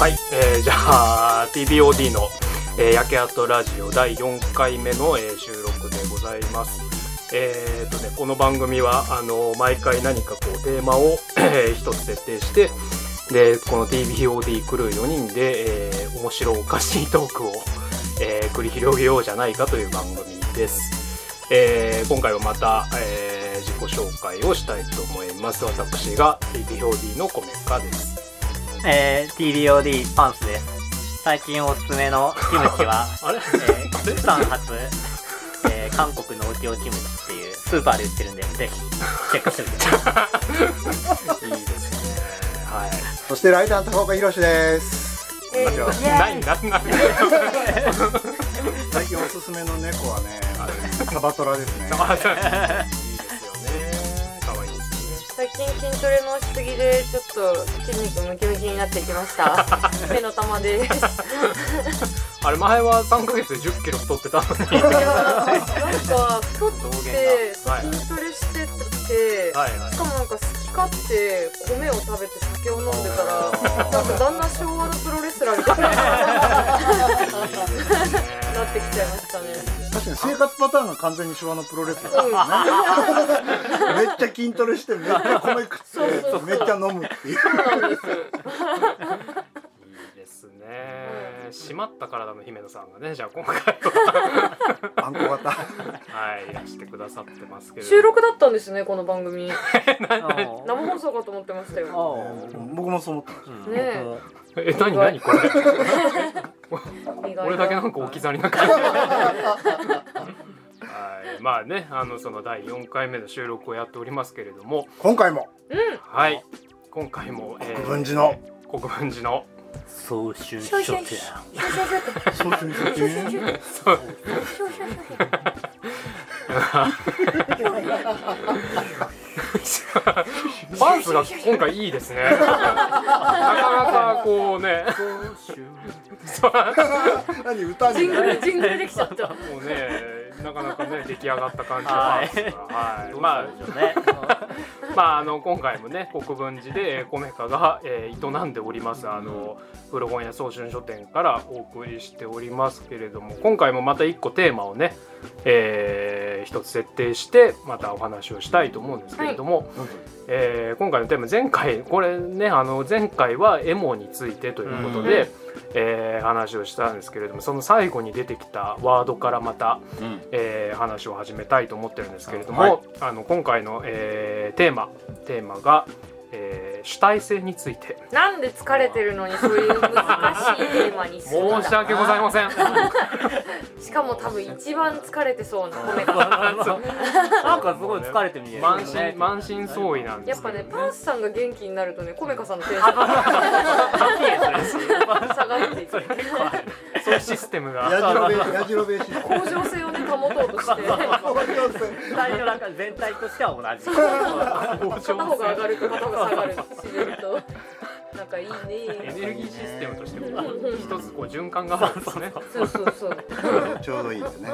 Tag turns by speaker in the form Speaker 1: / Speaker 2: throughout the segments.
Speaker 1: はい、えー、じゃあ PBOD の、えー、焼け跡ラジオ第4回目の、えー収録でございます。えーとね、この番組はあの毎回何かこうテーマをえー一つ設定してでこの TBOD クルー4人で、えー面白おかしいトークを、えー繰り広げようじゃないかという番組です、えー今回はまた、えー自己紹介をしたいと思います私が TBOD のコメカです
Speaker 2: えー、TBOD パンスです。最近おすすめのキムチは、
Speaker 1: あれ
Speaker 2: えー、釜山発、えー、韓国のオキオキムチっていう、スーパーで売ってるんで、ぜひ、チェックしてみてください。
Speaker 1: いいですね。はい。
Speaker 3: そしてライターの高岡宏です。こんにちは
Speaker 1: ないんだな。
Speaker 3: 最近おすすめの猫はね、あれサバトラですね。
Speaker 1: いいですよね。可愛いですね。
Speaker 4: 最近筋トレのしすぎでちょっと筋肉ムキムキになってきました 手の玉です
Speaker 1: あれ前は三ヶ月で10キロ太ってたのに。
Speaker 4: いやなんか太
Speaker 2: 道
Speaker 4: って
Speaker 2: 玄
Speaker 1: はい
Speaker 4: 筋トレしてって、
Speaker 1: はいはい
Speaker 4: しかもなんか好き勝手米を食べて酒を飲んでたらなんかだんだん昭和のプロレスラーみたいになってきちゃいまし たね
Speaker 3: 確かに生活パターンが完全に昭和のプロレスラー。
Speaker 4: うん
Speaker 3: めっちゃ筋トレして、めっちゃ米食って、めっちゃ飲むってい
Speaker 1: い
Speaker 3: う。
Speaker 1: いですね。締まった体の姫野さんがね、じゃあ今回は
Speaker 3: あんこ型。
Speaker 1: はいいらしてくださってますけれど。
Speaker 4: 収録だったんですねこの番組
Speaker 2: おー
Speaker 4: 生放送かと思ってましたよ
Speaker 2: おー
Speaker 3: 僕もそう思ってま
Speaker 2: うん
Speaker 4: ねえ
Speaker 2: 僕も
Speaker 1: え、なになにこれ。
Speaker 4: 意外
Speaker 1: 俺だけなんか置き去りな感じ。はい、まあね、あのその第四回目の収録をやっておりますけれども。
Speaker 3: す。今回も
Speaker 1: はい。今回も、えー
Speaker 3: 国分寺の。
Speaker 1: 国分寺の。
Speaker 2: 総春
Speaker 4: 商
Speaker 2: 書
Speaker 4: 品
Speaker 2: 店。
Speaker 3: そうそうそう
Speaker 1: そう。 パンスが今回いいですね。なかなかこうね、
Speaker 2: 総春
Speaker 3: 何歌
Speaker 4: ジ
Speaker 3: に
Speaker 4: ングルジングルできちゃった
Speaker 1: もうね、なかなかね出来上がった感じのパンスが、はい。ま
Speaker 2: 書ね。
Speaker 1: あまああの今回もね国分寺でえー米花が、えー、営んでおりますあの古本屋早春書店からお送りしておりますけれども、今回もまた一個テーマをね、えー、一つ設定してまたお話をしたいと思うんですけれども。えー今回のテーマ前回これねあの前回はエモについてということで、
Speaker 4: うん
Speaker 1: えー話をしたんですけれどもその最後に出てきたワードからまた、
Speaker 2: うん
Speaker 1: えー話を始めたいと思ってるんですけれども、
Speaker 2: はい
Speaker 1: あの今回の、えーテーマテーマが、えー主体性について
Speaker 4: なんで疲れてるのにそういう難しいテーマにす
Speaker 1: 申
Speaker 4: るん
Speaker 1: し
Speaker 4: だ
Speaker 1: 訳ございません
Speaker 4: しかも多分一番疲れ てそうな米が
Speaker 2: なんかすごい疲れて見える。
Speaker 1: 満身 満身創痍なんで
Speaker 4: や
Speaker 1: す
Speaker 4: っ
Speaker 1: け
Speaker 4: ぱ
Speaker 1: ど
Speaker 4: ねパンスさんが元気になるとね米かさんのテ ンションが下がっていく
Speaker 1: そういうシステムが
Speaker 3: やじろべえ、やじろべえし。
Speaker 4: 向上性をね保とう として片
Speaker 2: 体の中全体としては同じ。
Speaker 4: 方が上がると片方が下がる自 然となんかいい
Speaker 1: エ
Speaker 4: ね
Speaker 1: ネルギーシステムとしても一つこう循環があるんですね
Speaker 4: そうそうそう
Speaker 3: ちょうどいいですね。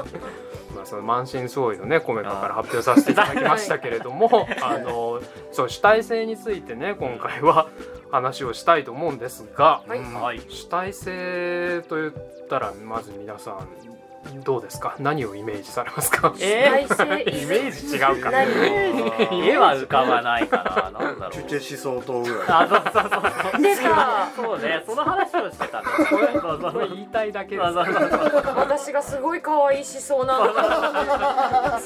Speaker 1: まあ、その満身創痍のねコメカから発表させていただきましたけれど もあのそう主体性についてね今回は話をしたいと思うんですが、
Speaker 4: はい
Speaker 1: うん
Speaker 2: はい
Speaker 1: 主体性と言ったらまず皆さんどうですか何をイメージされますか、
Speaker 2: え
Speaker 4: 主体性
Speaker 1: イメージ違うか
Speaker 4: 何
Speaker 2: ー、絵は浮かばないかな。なんだろ
Speaker 3: チ
Speaker 2: う
Speaker 3: ュ。チェ思想党ぐらい。
Speaker 2: あ、そうそうそうそう。
Speaker 4: でさ
Speaker 2: そうね、その話をしてたね。そうそうそ う
Speaker 1: これ言いたいだけです
Speaker 2: そうそうそう
Speaker 4: 私がすごい可愛い思想なのかな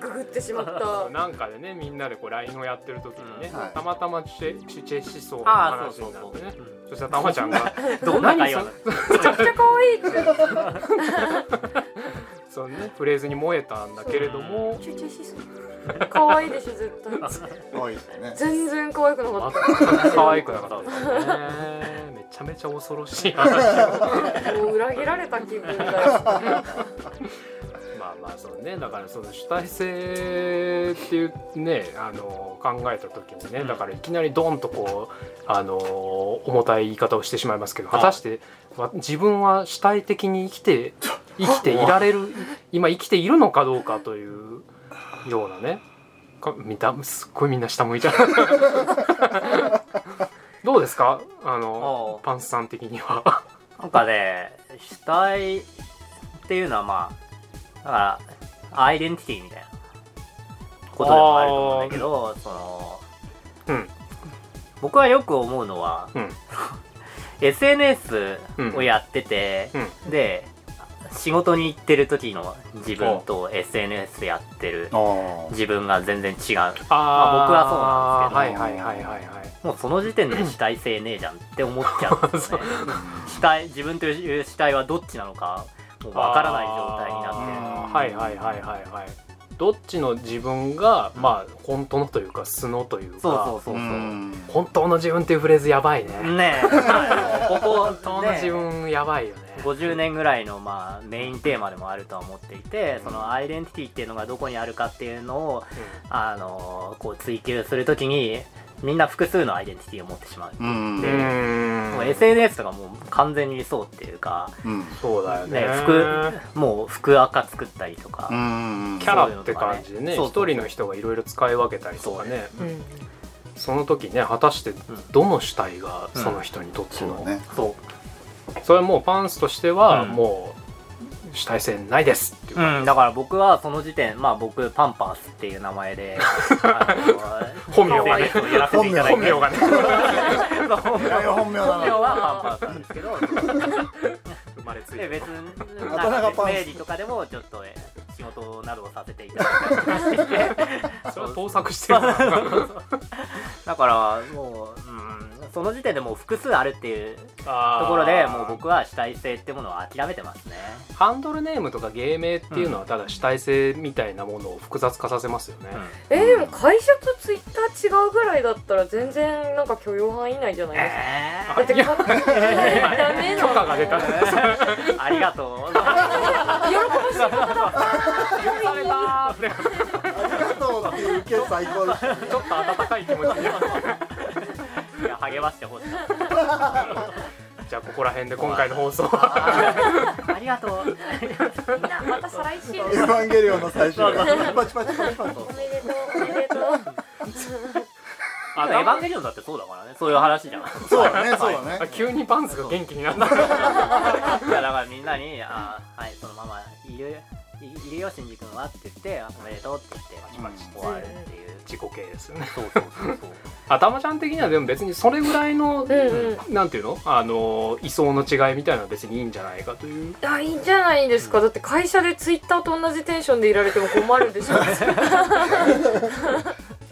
Speaker 4: ググってしまった
Speaker 1: なんかでねみんなでこう LINE をやってる時にね、
Speaker 3: うんはい
Speaker 1: たまたまチュチェチュチェ思想の
Speaker 2: あー
Speaker 1: 話になってね
Speaker 2: そうそう
Speaker 1: そしたらたまちゃん が
Speaker 2: どんな会話なの
Speaker 4: めっちゃ可愛いって
Speaker 1: その、ね、フレーズに燃えたんだけれども
Speaker 4: 集中しそう可愛いでしょ絶対
Speaker 3: 多いですね。
Speaker 4: 全然可愛 くなかっ
Speaker 1: 可愛くなかったですね。めちゃめちゃ恐ろしい話。
Speaker 4: たもう裏切られた気分だよ
Speaker 1: まあまあそうね。だからその主体性っていうねあの考えた時にね、だからいきなりドンとこうあの重たい言い方をしてしまいますけど、果たしてわ自分は主体的に生きて生きていられる今生きているのかどうかというようなね。かみんなすっごいみんな下向いちゃう。どどうですかあの
Speaker 2: おう
Speaker 1: パンスさん的には
Speaker 2: なんかね主体っていうのはまあだからアイデンティティみたいなことでもあると思うんだけどその
Speaker 1: うん
Speaker 2: 僕はよく思うのは、
Speaker 1: うん
Speaker 2: SNS をやってて、で仕事に行ってる時の自分と SNS やってる
Speaker 3: あ
Speaker 2: 自分が全然違う
Speaker 1: あ、あ
Speaker 2: 僕はそうなん
Speaker 3: ですけど
Speaker 1: はいはいはいはいはい
Speaker 2: もうその時点で主体性ねえじゃんって思っちゃうん ですよね主体自分という主体はどっちなのかもうわからない状態になって
Speaker 1: あーはいはいはいはいはいどっちの自分がまあ本当のというか素のというか
Speaker 2: るそうそうそうそう、
Speaker 1: 本当の自分っていうフレーズやばいね、
Speaker 2: ねえこ
Speaker 1: 本当
Speaker 2: こ、
Speaker 1: の
Speaker 2: ね
Speaker 1: 自分やばいよね
Speaker 2: 50年ぐらいの、まあ、メインテーマでもあるとは思っていてそのアイデンティティっていうのがどこにあるかっていうのを、あのこう追求するときにみんな複数のアイデンティティを持ってしまう、
Speaker 3: うん
Speaker 1: う
Speaker 3: うん
Speaker 1: ん
Speaker 2: もう SNS とかもう完全にそうっていうか、
Speaker 3: うん
Speaker 1: そうだよね
Speaker 2: ね、服もう服赤作ったりとか、
Speaker 3: うん
Speaker 1: キャラって感じでね
Speaker 2: そう
Speaker 1: 一
Speaker 2: いうのと
Speaker 1: 人の人が
Speaker 2: かねそうそうそう
Speaker 1: いろいろ使い分けたりとかね
Speaker 4: うん
Speaker 1: その時ね果たしてどの主体がその人にとって
Speaker 3: そう
Speaker 1: の、
Speaker 3: ね
Speaker 2: そ
Speaker 1: それはもうパンスとしては
Speaker 2: うん
Speaker 1: もう主体性ないですっていう
Speaker 2: う、うん、だから僕はその時点まあ僕パンパースっていう名前であ の
Speaker 1: 本名がね
Speaker 2: SNS をやらせていただい
Speaker 1: 本
Speaker 2: て
Speaker 1: 名がね
Speaker 2: そう本名
Speaker 3: いやいや本名だ
Speaker 2: 本名
Speaker 3: な
Speaker 2: はパンパースなんですけど
Speaker 1: 生まれつい
Speaker 2: で
Speaker 1: て
Speaker 2: 別に
Speaker 3: あだ名
Speaker 2: な
Speaker 3: が
Speaker 2: ん
Speaker 3: パン
Speaker 2: か経
Speaker 3: ス
Speaker 2: 理とかでもちょっとえ仕事などをさせていただいたりとかして
Speaker 1: それは盗作してるな
Speaker 2: だからもう、うん、その時点でもう複数あるっていう
Speaker 1: と
Speaker 2: ところでもう僕は主体性ってものを諦めてますね
Speaker 1: ハンドルネームとか芸名っていうのはただ主体性みたいなものを複雑化させますよね、
Speaker 4: えーでも会社とツイッター違うぐらいだったら全然なんか許容範囲内じゃないですか
Speaker 2: え
Speaker 4: だって
Speaker 1: いや
Speaker 4: 勝手にダメなの
Speaker 1: 許可が出た
Speaker 4: 許
Speaker 2: ー、ありがとう
Speaker 1: されたーって
Speaker 3: ありがとうっていう受け最高です
Speaker 1: ちょっと温かい気持ちで
Speaker 2: いや励ましてほしい
Speaker 1: じゃあここら辺で今回の放送は
Speaker 2: あーありがとう
Speaker 4: みんなまた再来週
Speaker 3: エヴァンゲリオンの最初パチパチパチパチ
Speaker 4: おめでとうおめでとう
Speaker 2: あのエヴァンゲリオンだってそうだからねそういう話じゃん
Speaker 3: そうだねそうだ
Speaker 1: あ
Speaker 3: ね
Speaker 1: 急にパンツが元気になった
Speaker 2: いやだからみんなに「あーはいそのままいるいいるよ新次君は」って言ってあ「おめでとう」って言ってパチパチ終わるっていう、
Speaker 1: 自己形ですよね
Speaker 2: そうそうそうそう
Speaker 1: 頭ちゃん的にはでも別にそれぐらいの
Speaker 4: うんうん
Speaker 1: なんていうのあの位相の違いみたいなのは別にいいんじゃないかという
Speaker 4: あいいんじゃないですかだって会社でツイッターと同じテンションでいられても困るでしょ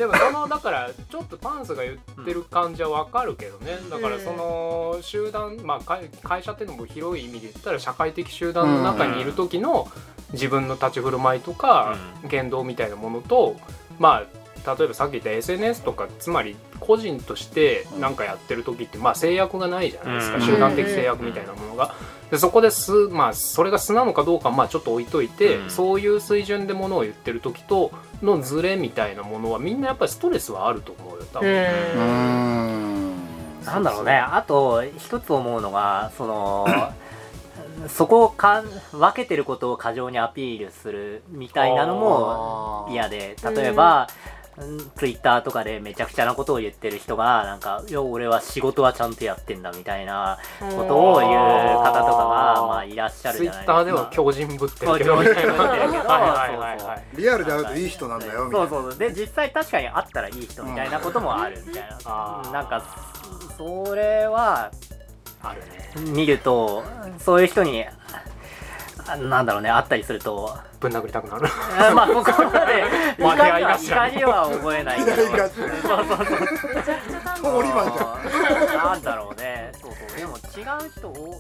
Speaker 1: でもそのだからちょっとパンスが言ってる感じはわかるけどねだからその集団まあ会会社っていうのも広い意味で言ったら社会的集団の中にいる時の自分の立ち振る舞いとか言動みたいなものとまあ例えばさっき言った SNS とかつまり個人としてなんかやってる時ってまあ制約がないじゃないです
Speaker 2: う
Speaker 1: か
Speaker 2: ん
Speaker 1: 集団的制約みたいなものが。でそこです、まあ、それが素なのかどうかはまあちょっと置いといて、
Speaker 2: うん
Speaker 1: そういう水準でものを言ってる時とのズレみたいなものはみんなやっぱりストレスはあると思うよ多分、
Speaker 3: うーん
Speaker 2: なんだろうねあと一つ思うのがそ のそこをか分けてることを過剰にアピールするみたいなのも嫌で例えば、ツイッターとかでめちゃくちゃなことを言ってる人がなんか「いや俺は仕事はちゃんとやってんだ」みたいなことを言う方とか
Speaker 1: あ
Speaker 2: が
Speaker 1: ー
Speaker 2: まあいらっしゃる
Speaker 1: ツ
Speaker 2: じ
Speaker 1: イ
Speaker 2: ゃ
Speaker 1: ッ
Speaker 2: ないです
Speaker 1: タ
Speaker 2: か
Speaker 1: ーでは強人ぶってるけど
Speaker 2: そう強人ぶってるけど
Speaker 1: はいはいはいはい
Speaker 3: リアルで会うといい人なんだよみた
Speaker 2: そ
Speaker 3: いうな
Speaker 2: そうそうで実際確かに会ったらいい人みたいなこともあるみたいな、
Speaker 1: あー
Speaker 2: なんかそれは
Speaker 1: あるね
Speaker 2: 見るとそういう人にあなんだろうね会ったりする と
Speaker 1: ぶん殴りたくなる
Speaker 2: あまあここまで
Speaker 1: まあ
Speaker 2: 怒り
Speaker 1: 出会い
Speaker 2: は
Speaker 1: 頭
Speaker 2: 怒りは覚えないけど
Speaker 3: 左
Speaker 2: そ
Speaker 3: が
Speaker 2: うそうそう
Speaker 4: めちゃくちゃ楽しい
Speaker 3: 通り魔じゃん
Speaker 2: なんだろうねそうそうでも違う人を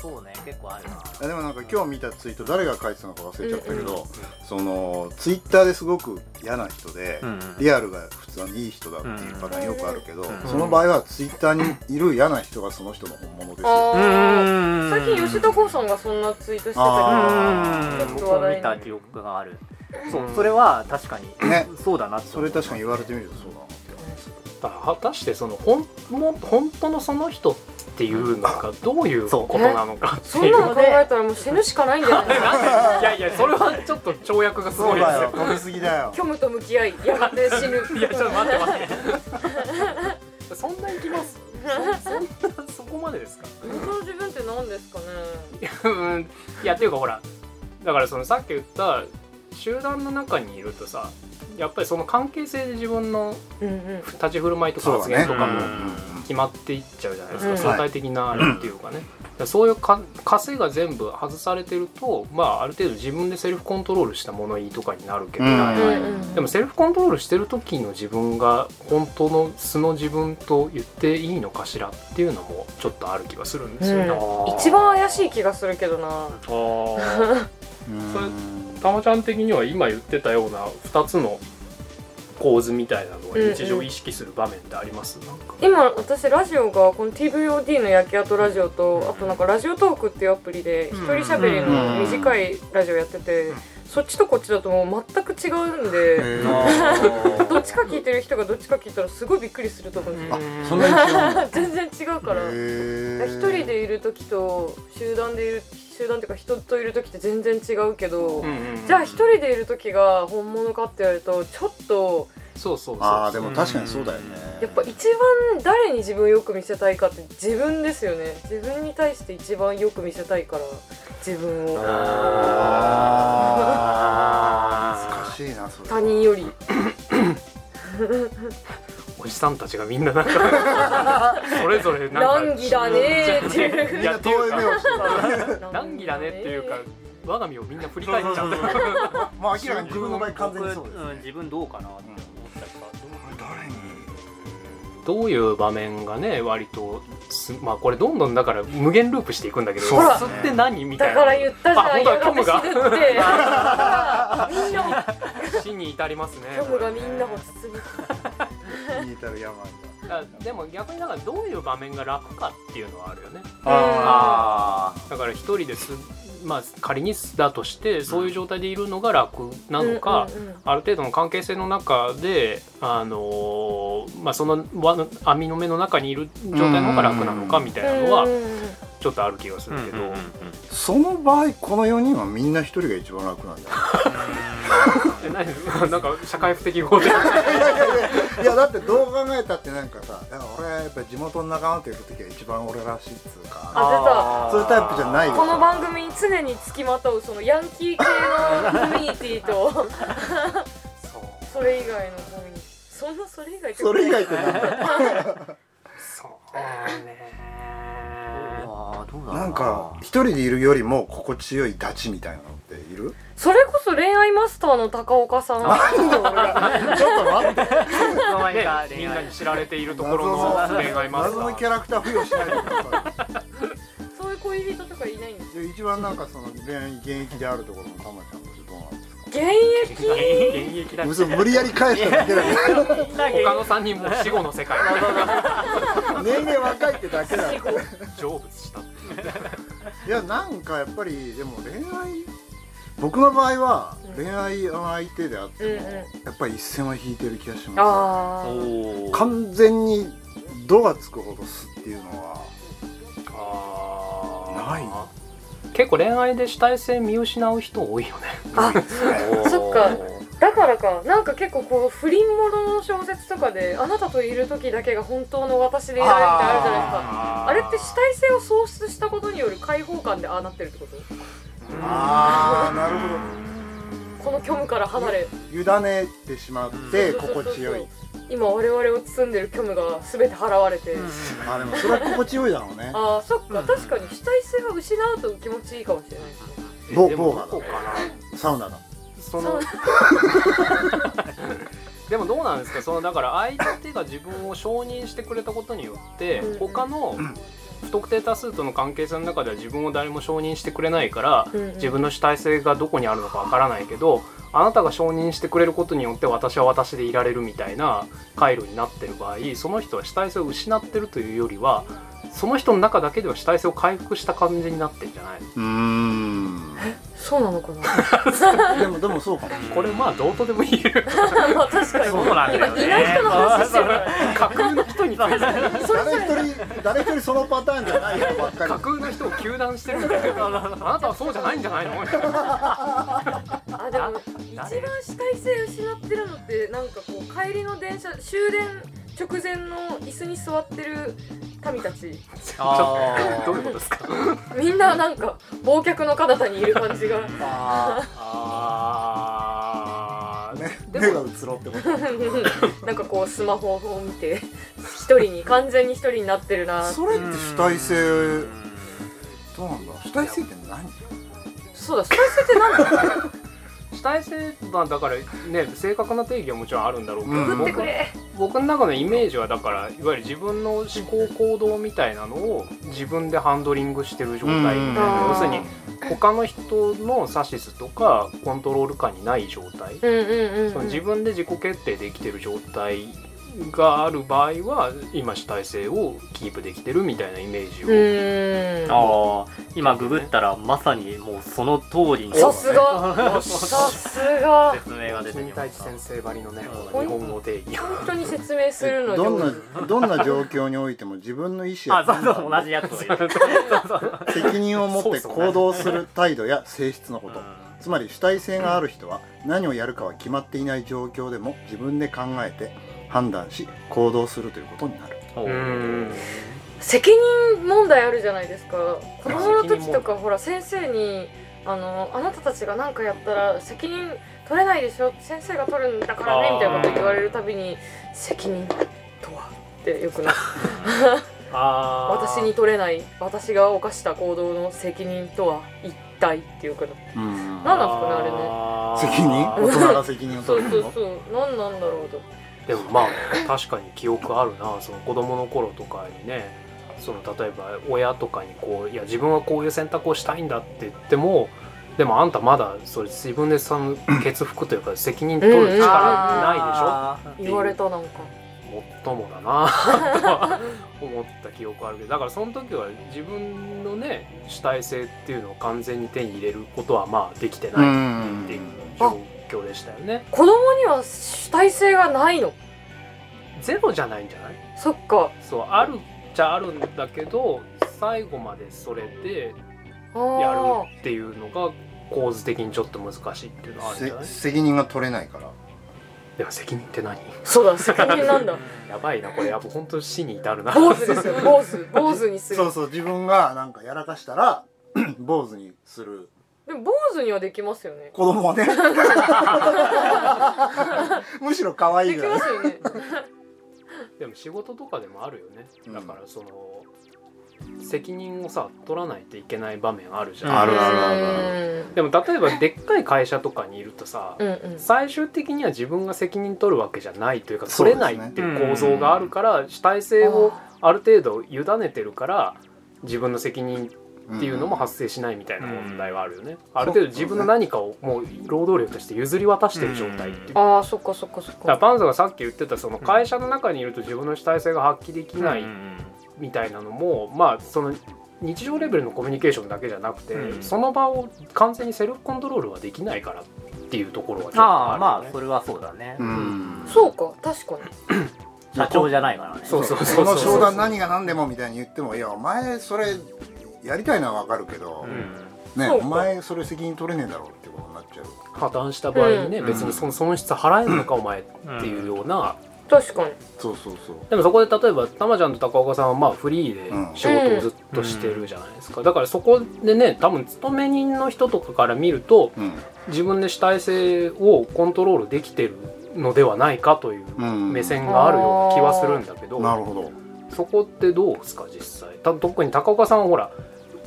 Speaker 2: そうね結構あるな
Speaker 3: あでもなんか今日見たツイート誰が書いてたのか忘れちゃったけど、
Speaker 1: うんうん
Speaker 3: そのツイッターですごく嫌な人で、
Speaker 2: うん
Speaker 3: リアルが普通にいい人だっていうパターンよくあるけど、
Speaker 2: ん
Speaker 3: その場合はツイッターにいる嫌な人がその人の本物ですよ。
Speaker 4: あー
Speaker 2: う
Speaker 4: 最近吉田剛さんがそんなツイートして
Speaker 2: 僕も
Speaker 3: あ
Speaker 4: たけどちょっと話題
Speaker 2: 見
Speaker 4: に
Speaker 2: た記憶があるそううんそれは確かに
Speaker 3: ね
Speaker 2: そうだなって
Speaker 3: そ
Speaker 2: 思う
Speaker 3: れ確かに言われてみるとそうだなって
Speaker 1: だから果たしてそのほんも本当のその人っていうのがどういう
Speaker 2: そう
Speaker 1: ことなのかって
Speaker 4: そん
Speaker 1: い
Speaker 4: な
Speaker 1: う
Speaker 4: の考えたらもう死ぬしかないんじゃない
Speaker 1: いやいやそれはちょっと跳躍がす
Speaker 3: そ
Speaker 1: ごい
Speaker 3: う
Speaker 1: です
Speaker 3: だ
Speaker 1: よ
Speaker 3: よ飛びすぎだよ。
Speaker 4: 虚無と向き合いやがて死ぬ
Speaker 1: いやちょっと待って待ってそんなにきますそんなそこまでですか
Speaker 4: 僕の自分って何ですかね
Speaker 1: うんいやっていうかほらだからそのさっき言った集団の中にいるとさやっぱりその関係性で自分の
Speaker 4: うんうん
Speaker 1: 立ち振る舞いとか
Speaker 3: そう
Speaker 1: 発
Speaker 3: だね
Speaker 1: 言とか
Speaker 5: う
Speaker 1: も
Speaker 5: ん
Speaker 1: 決まっていっちゃうじゃないですか、
Speaker 4: うん
Speaker 1: 相対的なあれっていうかね、だからそういうか枷が全部外されてると、まあ、ある程度自分でセルフコントロールした物言いとかになるけど、
Speaker 3: うん
Speaker 4: うん
Speaker 1: でもセルフコントロールしてる時の自分が本当の素の自分と言っていいのかしらっていうのもちょっとある気がするんですよね。
Speaker 4: うん一番怪しい気がするけどな
Speaker 1: それたまちゃん的には今言ってたような2つの構図みたいなのは日常意識する場面ってあります、なんか
Speaker 4: 今私ラジオがこの TVOD の焼き跡ラジオとあとなんかラジオトークっていうアプリで一人喋りの短いラジオやってて
Speaker 1: うん
Speaker 4: そっちとこっちだともう全く違うんでどっちか聞いてる人がどっちか聞いたらすごいびっくりすると思うんですよ
Speaker 3: あそんなに違うんだ
Speaker 4: 全然違うから一人でいる時と集団でいる集団っていうか人といる時って全然違うけど、じゃあ一人でいる時が本物かって言われるとちょっと
Speaker 1: そうそうそう
Speaker 3: ああでも確かにそうだよね
Speaker 4: やっぱ一番誰に自分をよく見せたいかって自分ですよね自分に対して一番よく見せたいから自分を
Speaker 3: あー難しいなそれ
Speaker 4: 他人より
Speaker 1: おじさんたちがみんななんかそれぞれなんか
Speaker 4: 難儀だねーっていう
Speaker 1: い
Speaker 3: みん
Speaker 1: や
Speaker 3: な
Speaker 1: ってい
Speaker 3: 遠
Speaker 1: う
Speaker 3: い
Speaker 1: か
Speaker 3: 目をして
Speaker 1: 難儀だねっていうか我が身をみんな振り
Speaker 3: そ
Speaker 1: 返
Speaker 3: う
Speaker 1: っ
Speaker 3: そう
Speaker 1: ち
Speaker 3: そ
Speaker 1: ゃっ
Speaker 3: う
Speaker 1: て
Speaker 3: そうまあ明らかに自分の場合完全にそうで
Speaker 2: 僕
Speaker 3: す
Speaker 2: うん自分どうかなって思ったりとか
Speaker 3: 誰に
Speaker 1: どういう場面がね割とすまあこれどんどんだから無限ループしていくんだけど
Speaker 3: そう
Speaker 1: 素って何みた
Speaker 4: だ
Speaker 1: いな
Speaker 4: から言ったじゃ
Speaker 1: あ本
Speaker 4: ん
Speaker 1: 当だ虚無が
Speaker 4: やがて死ぬってみんな も
Speaker 1: 死に至りますね
Speaker 4: 虚無がみんなも包み
Speaker 3: 聞いたら病
Speaker 1: あでも逆にだからどういう場面が楽かっていうのはあるよね
Speaker 3: だ
Speaker 2: あ
Speaker 1: だから一人ですまあ仮にだとしてそういう状態でいるのが楽なのか、
Speaker 4: うんうんうん
Speaker 1: ある程度の関係性の中で、あのーまあ、その輪の網の目の中にいる状態の方が楽なのか
Speaker 3: うん
Speaker 1: みたいなのは
Speaker 4: うんうんうん
Speaker 1: ちょっとある気がする
Speaker 2: ー
Speaker 1: けど、
Speaker 3: その場合この4人はみんな一人が一番楽なんだよ
Speaker 1: え何 なんか社会不適合で
Speaker 3: いやいやいやいやだってどう考えたってなんかさいや俺やっぱ地元の仲間といる時が一番俺らしいっつうか
Speaker 4: あ
Speaker 3: そういうタイプじゃないよ
Speaker 4: この番組に常につきまとうそのヤンキー系のコミュニティと
Speaker 1: そう
Speaker 4: それ以外のコミュニティそんなそれ以外って
Speaker 3: そ
Speaker 4: こと
Speaker 3: れ以外ってなんだ
Speaker 1: そうね
Speaker 2: あーどうだろう
Speaker 3: なんか一人でいるよりも心地よいダチみたいなのっている
Speaker 4: それこそ恋愛マスターの高岡さん
Speaker 3: なんで俺がちょっと待って
Speaker 1: ねみんなに知られているところの恋愛マスタ
Speaker 3: 謎のキ
Speaker 1: ー
Speaker 3: ャラクター付与しないでください
Speaker 4: そういう恋人とかいないんです
Speaker 3: で一番なんかその恋愛現役であるところのたまちゃんとどうなんです
Speaker 4: 現役
Speaker 1: 現役だ
Speaker 3: か
Speaker 1: し
Speaker 3: 嘘無理やり返しただけだ けど
Speaker 1: 他の3人も死後の世界
Speaker 3: 年齢若いってだけだい
Speaker 1: 成仏したって
Speaker 3: やなんかやっぱりでも恋愛僕の場合は
Speaker 4: うん
Speaker 3: 恋愛の相手であっても、
Speaker 4: うんうん
Speaker 3: やっぱり一線は引いてる気がしま
Speaker 4: あー
Speaker 3: す完全に「度」がつくほど「す」っていうのは
Speaker 1: あ
Speaker 3: ーない
Speaker 1: 結構恋愛で主体性見失う人多いよね
Speaker 4: あそっかだからかなんか結構こう不倫ものの小説とかであなたといる時だけが本当の私でいられるってあるじゃないですか
Speaker 1: あ
Speaker 4: あれって主体性を喪失したことによる解放感でああなってるってこと
Speaker 3: ああなるほど
Speaker 4: この虚無から離れ
Speaker 3: 委ねてしまって心地よい
Speaker 4: 今我々を包んでる虚無が全て払われて、
Speaker 3: あでもそれは心地よいだろうね
Speaker 4: ああそっか、確かに主体性を失うと気持ちいいかもしれないですね
Speaker 3: ぼ
Speaker 1: で
Speaker 3: ぼ
Speaker 1: も
Speaker 3: うが
Speaker 1: どこかな
Speaker 3: サウナだ
Speaker 1: そ
Speaker 4: そ
Speaker 1: の
Speaker 4: う
Speaker 1: でもどうなんですかそのだから相手が自分を承認してくれたことによって
Speaker 4: うん
Speaker 1: 他の不特定多数との関係性の中では自分を誰も承認してくれないから
Speaker 4: うんうん
Speaker 1: 自分の主体性がどこにあるのかわからないけどあなたが承認してくれることによって私は私でいられるみたいな回路になってる場合その人は主体性を失ってるというよりはその人の中だけでは主体性を回復した感じになってるんじゃないう
Speaker 3: ーん
Speaker 4: そうなのかな
Speaker 3: でもでもそうかも
Speaker 1: これまあどうとでも言える
Speaker 4: まあ確かに
Speaker 2: そうなんだよね
Speaker 4: 今いない人の話してるから
Speaker 1: 架空の人について
Speaker 3: 誰一人誰一人そのパターンじゃない人ばっかり
Speaker 1: 架空の人を糾弾してるみたいなあなたはそうじゃないんじゃないのみたいな
Speaker 4: あでも一番主体性失ってるのってなんかこう帰りの電車終電直前の椅子に座ってる民たち
Speaker 2: あ ー
Speaker 1: どういうことですか
Speaker 4: みんななんか忘却の彼方にいる感じが
Speaker 3: あ
Speaker 1: あ
Speaker 3: あ
Speaker 1: ー
Speaker 3: ね
Speaker 4: で
Speaker 3: 目が
Speaker 4: も
Speaker 3: うつろってこと
Speaker 4: なんかこうスマホを見て一人に完全に一人になってるな
Speaker 3: それって主体性
Speaker 2: うん
Speaker 3: どうなんだ主体性って何
Speaker 4: そうだそれって何なの
Speaker 1: 主体性はだからね正確な定義はもちろんあるんだろうけど、
Speaker 3: うん
Speaker 4: 送って
Speaker 1: 僕
Speaker 4: くれ
Speaker 1: 僕の中のイメージはだからいわゆる自分の思考行動みたいなのを自分でハンドリングしてる状態みたいな、
Speaker 4: うん
Speaker 1: 要するに他の人の指図とかコントロール下にない状態、
Speaker 4: うんうんうん、
Speaker 1: その
Speaker 4: うん
Speaker 1: 自分で自己決定できてる状態がある場合は今主体性をキープできてるみたいなイメージを、
Speaker 4: うーん
Speaker 2: ああ今ググったらまさにもうその通りに
Speaker 4: さすがさすが
Speaker 2: 説明が出て
Speaker 1: 新
Speaker 2: きま
Speaker 1: 太
Speaker 2: し
Speaker 1: 地
Speaker 2: た
Speaker 1: 先生ばりのね
Speaker 2: うん
Speaker 1: この日本語定義
Speaker 4: 本当に説明するの
Speaker 3: どん
Speaker 4: 上手
Speaker 3: などんな状況においても自分の意思
Speaker 2: あ
Speaker 3: や
Speaker 2: そうそう同じやつを言う
Speaker 3: 責任を持って行動する態度や性質のことつまり主体性がある人は何をやるかは決まっていない状況でも自分で考えて判断し行動するということになる
Speaker 2: うん
Speaker 1: うーん
Speaker 4: 責任問題あるじゃないですか子供の
Speaker 1: 責任
Speaker 4: 時
Speaker 1: 問
Speaker 4: と
Speaker 1: 題
Speaker 4: かほら先生にあの「あなたたちが何かやったら責任取れないでしょ先生が取るんだからね
Speaker 1: あ」ー
Speaker 4: みたいなこと言われるたびに「責任とは?」ってよくな
Speaker 1: あー
Speaker 4: 私に取れない私が犯した行動の責任とは一体っていうか
Speaker 3: うん
Speaker 4: 何なんですかねあれね
Speaker 1: あー
Speaker 3: 責任大人が責任を
Speaker 4: そう
Speaker 3: 取れ
Speaker 4: そ
Speaker 3: る
Speaker 4: う
Speaker 3: の
Speaker 4: そう何なんだろうと
Speaker 1: でもまあ確かに記憶あるなその子供の頃とかにねその例えば親とかにこういや自分はこういう選択をしたいんだって言ってもでもあんたまだそれ自分でその血服というか責任取る力ない
Speaker 2: いでし
Speaker 1: ていう
Speaker 4: 言われたなんか
Speaker 1: でしょもっともだなとは思った記憶あるけどだからその時は自分のね主体性っていうのを完全に手に入れることはまあできて
Speaker 3: う
Speaker 1: ない
Speaker 3: ん
Speaker 1: っていう状況でしたよね。
Speaker 4: 子供には主体性がないの
Speaker 1: ゼロじゃないんじゃない
Speaker 4: そっか
Speaker 1: そうあるっちゃあるんだけど最後までそれで
Speaker 4: あ
Speaker 1: や
Speaker 4: ー
Speaker 1: るっていうのが構図的にちょっと難しいっていうのはあるんじゃない
Speaker 3: せ責任が取れないから
Speaker 1: でも責任って何
Speaker 4: そうだ責任なん だ
Speaker 1: やばいなこれやっぱ本当死に至るな
Speaker 4: 坊主ですよ坊主坊主にする
Speaker 3: そうそう自分がなんかやらかしたら 坊主にする
Speaker 4: でも坊主にはできますよね
Speaker 3: 子供はねむしろ可愛い
Speaker 4: でき
Speaker 3: ぐら
Speaker 4: ま
Speaker 3: い
Speaker 4: すよね
Speaker 1: でも仕事とかでもあるよね
Speaker 3: うん
Speaker 1: だからその、責任をさ取らないといけない場面あるじゃん
Speaker 3: あるあるある
Speaker 1: でも例えばでっかい会社とかにいるとさ、
Speaker 4: うんうん
Speaker 1: 最終的には自分が責任取るわけじゃないというか
Speaker 3: そう
Speaker 1: 取
Speaker 3: で
Speaker 1: れ
Speaker 3: す
Speaker 1: な
Speaker 3: ね
Speaker 1: いっていう構造があるから主体性をある程度委ねてるから自分の責任っていうのも発生しないみたいな問題はあるよね、ある程度自分の何かをもう労働力として譲り渡してる状態っていう、だか
Speaker 4: ああそっかそっかそっ
Speaker 1: ら
Speaker 4: か
Speaker 1: パンサーがさっき言ってたその会社の中にいると自分の主体性が発揮できない
Speaker 2: うん
Speaker 1: みたいなのも、まあその日常レベルのコミュニケーションだけじゃなくて、
Speaker 2: うん
Speaker 1: その場を完全にセルフコントロールはできないからっていうところはちょっと
Speaker 2: ああ
Speaker 1: あ
Speaker 2: ま
Speaker 1: る
Speaker 2: あ
Speaker 1: よ
Speaker 2: そ
Speaker 1: ね。
Speaker 2: れはそうだね、
Speaker 3: うん
Speaker 4: そうか確かに
Speaker 2: 社長じゃないからね
Speaker 1: そうそうそ
Speaker 3: こ
Speaker 1: うそう
Speaker 3: の商談何が何でもみたいに言ってもいやお前それやりたいのはわかるけど、
Speaker 2: うん
Speaker 3: ね
Speaker 4: そう
Speaker 3: お
Speaker 4: か
Speaker 3: 前それ責任取れねえだろうってことになっちゃう
Speaker 1: 破綻した場合にね、
Speaker 2: うん
Speaker 1: 別にその損失払えるのか、お前っていうような
Speaker 4: 確かに
Speaker 3: そうそうそう
Speaker 1: でもそこで例えばたまちゃんと高岡さんはまあフリーで仕事をずっとしてるじゃないですか、だからそこでね多分勤め人の人とかから見ると
Speaker 3: うん
Speaker 1: 自分で主体性をコントロールできてるのではないかという
Speaker 3: うん
Speaker 1: 目線があるような気はするんだけど、
Speaker 3: なるほど
Speaker 1: そこってどうですか実際た特に高岡さんはほら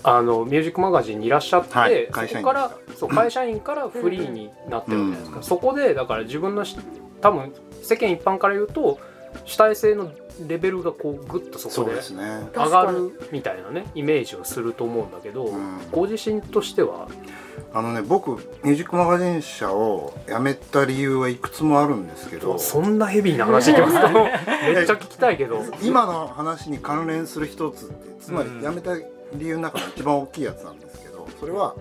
Speaker 1: あのミュージックマガジンにいらっしゃって、
Speaker 3: はい
Speaker 1: そこ
Speaker 3: 会社員でし
Speaker 1: か
Speaker 3: た
Speaker 1: らそう会社員からフリーになってるわけじゃないですか、
Speaker 3: うん
Speaker 1: そこでだから自分のし多分世間一般から言うと主体性のレベルがこうグッとそ
Speaker 3: そ
Speaker 1: こ
Speaker 3: う
Speaker 1: で
Speaker 3: ですね
Speaker 1: 上がるみたいなねイメージをすると思うんだけど、
Speaker 3: ん
Speaker 1: ご自身としては
Speaker 3: あのね僕ミュージックマガジン社を辞めた理由はいくつもあるんですけど
Speaker 1: そんなヘビーな話いきます かめっちゃ聞きたいけど。
Speaker 3: 今の話に関連する一つってつまり
Speaker 2: うん
Speaker 3: 辞めた理由の中の一番大きいやつなんですけどそれは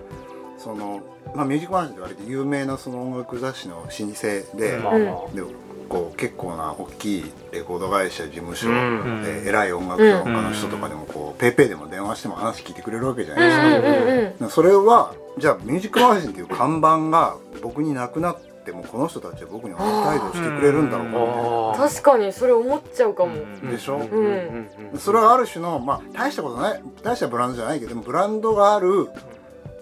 Speaker 3: その、まあ、ミュージックマガジンって割と有名なその音楽雑誌の老舗で,、
Speaker 1: まあまあ
Speaker 3: でこう結構な大きいレコード会社事務所、
Speaker 1: うん
Speaker 2: うん
Speaker 3: えー偉い音楽評論家の人とかでもこうペイペイでも電話しても話聞いてくれるわけじゃ
Speaker 4: う
Speaker 3: なんいです
Speaker 4: うん
Speaker 3: か。
Speaker 4: うんうん
Speaker 3: それはじゃあミュージックマガジンっていう看板が僕になくなっってもこの人たちは僕に同じ態度をしてくれるんだろうかみたいな
Speaker 1: あ
Speaker 4: 確かにそれ思っちゃうかも、
Speaker 2: うん
Speaker 3: でしょ
Speaker 1: うん
Speaker 4: うん
Speaker 1: うん
Speaker 3: それはある種の、まあ、大したことない大したブランドじゃないけどでもブランドがある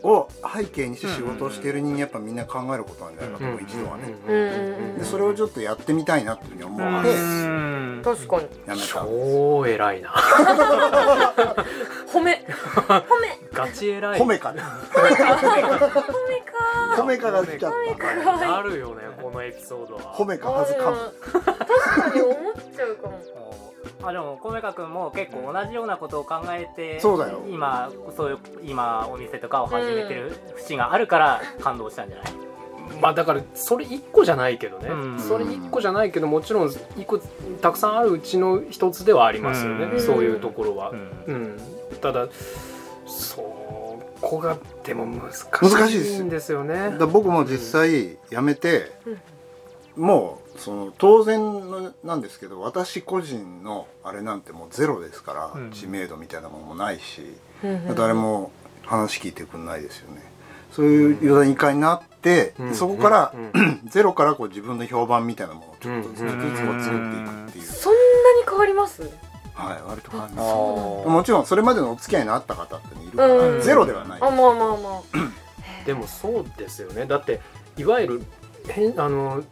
Speaker 3: を背景にして仕事をしている人間やっぱみんな考えることなんじゃないかと思う一度はね
Speaker 4: うん
Speaker 3: でそれをちょっとやってみたいなっていうふうに思
Speaker 2: う
Speaker 3: って
Speaker 2: ん
Speaker 4: 確かに
Speaker 3: やめた
Speaker 1: 超偉いな
Speaker 4: 褒め褒 め
Speaker 1: ガチ偉い
Speaker 3: コメカね
Speaker 4: 褒めか
Speaker 3: コメカが出ちゃった
Speaker 1: なるよねこのエピソードは
Speaker 3: コメカはずかむ
Speaker 4: うん確かに思っちゃうかも
Speaker 2: あでも米川君も結構同じようなことを考えて
Speaker 3: そうだよ
Speaker 2: 今そういう今お店とかを始めてる節があるから感動したんじゃない、
Speaker 1: まあだからそれ一個じゃないけどね、
Speaker 2: うん
Speaker 1: それ一個じゃないけどもちろん一個たくさんあるうちの一つではありますよね、
Speaker 2: うん
Speaker 1: そういうところは、
Speaker 2: う
Speaker 1: うん
Speaker 2: ん
Speaker 1: ただそこがでも難
Speaker 3: 難
Speaker 1: し
Speaker 3: しいです
Speaker 1: いんですよね
Speaker 3: だから僕も実際辞めて、もうその当然のなんですけど私個人のあれなんてもうゼロですから、
Speaker 2: うん
Speaker 3: 知名度みたいなものもないし、
Speaker 4: 誰
Speaker 3: 誰も話聞いてくんないですよねそういう余談以下になって、
Speaker 1: うん
Speaker 3: そこから、
Speaker 1: うん
Speaker 3: ゼロからこう自分の評判みたいなものをちょっとずつこう作っていくっていう、
Speaker 4: そんなに変わります
Speaker 3: はい割と感じ
Speaker 1: あ
Speaker 3: ます
Speaker 1: ー
Speaker 3: もちろんそれまでのお付き合いのあった方っていうのいるから、
Speaker 4: うん
Speaker 3: ゼロではない
Speaker 4: あまあまあまあ
Speaker 1: でもそうですよねだっていわゆる編あの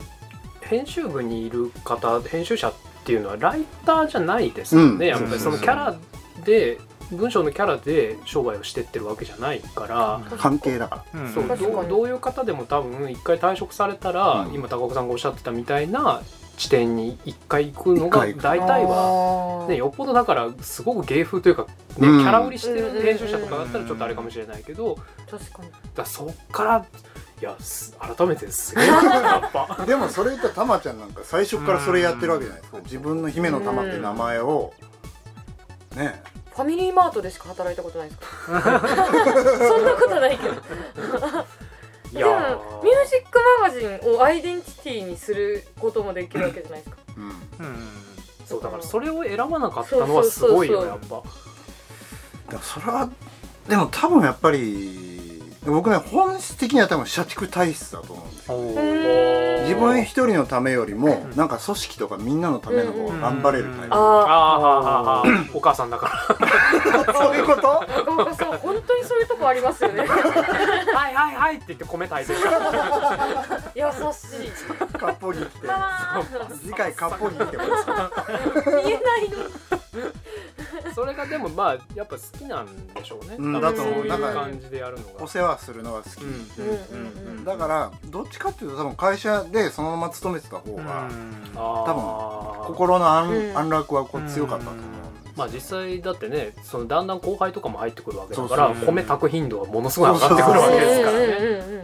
Speaker 1: 編集部にいる方編集者っていうのはライターじゃないですよね、
Speaker 3: うん
Speaker 1: やっぱりそ
Speaker 2: そう
Speaker 1: の
Speaker 2: そうそう
Speaker 1: キャラで文章のキャラで商売をしてってるわけじゃないから、
Speaker 3: 関係だから
Speaker 2: うん
Speaker 1: そう
Speaker 4: 確か
Speaker 1: どう
Speaker 4: に
Speaker 1: どういう方でも多分一回退職されたら、
Speaker 3: うん
Speaker 1: 今高岡さんがおっしゃってたみたいな地点に一回行くのが
Speaker 3: 一回行く
Speaker 1: 大体は、
Speaker 4: は
Speaker 1: ね、よっぽどだからすごく芸風というか、ねキ
Speaker 3: うん
Speaker 1: ャラ売りしてる編集者とかだったらちょっとあれかもしれないけどだか
Speaker 4: 確かに
Speaker 1: らそっからいやす改めてすごいな やっぱ。
Speaker 3: でもそれ言ったらたまちゃんなんか最初からそれやってるわけじゃないですか自分の姫の玉って名前をね
Speaker 4: ファミリーマートでしか働いたことないですか そんなことないけど
Speaker 1: い
Speaker 4: でもミュージックマガジンをアイデンティティにすることもできるわけじゃないですか
Speaker 3: え、うん
Speaker 2: うん
Speaker 1: そうだからそれを選ばなかったのはすごいよやっぱ
Speaker 3: でもそれはでも多分やっぱり僕ね本質的には多分社畜体質だと思うんですよ
Speaker 2: おー
Speaker 4: うーん
Speaker 3: 自分一人のためよりも
Speaker 2: うん
Speaker 3: なんか組織とかみんなのための方が頑張れるタイプ
Speaker 1: あー
Speaker 4: あ
Speaker 1: あーあーあーお母さんだか
Speaker 3: そういうこと
Speaker 4: あ中岡さん本当にそういうとこありますよね
Speaker 1: ら「はいはいはい」って言って米炊いてる から
Speaker 4: 優しい
Speaker 3: カッポギ来て
Speaker 4: あ
Speaker 3: 次回カッポギ来ても
Speaker 4: ー見えないの
Speaker 1: それがでもまあやっぱ好きなんでしょうね、
Speaker 3: うん
Speaker 1: 多分
Speaker 4: だと
Speaker 1: そ
Speaker 4: 思う
Speaker 1: ういう
Speaker 4: なんか
Speaker 1: 感じでやるのが
Speaker 3: お世話するのが好き、
Speaker 1: うん
Speaker 4: うんうん
Speaker 3: だからどっちかっていうと多分会社でそのまま勤めてた方が
Speaker 2: うん
Speaker 1: あー
Speaker 3: 心の安,、
Speaker 4: うん
Speaker 3: 安楽はこう強かったと思う、
Speaker 1: まあ実際だってねそのだんだん後輩とかも入ってくるわけだから
Speaker 2: そうそう
Speaker 1: 米炊く頻度はものすごい上がってくるわけですからね
Speaker 4: うんうんうんうん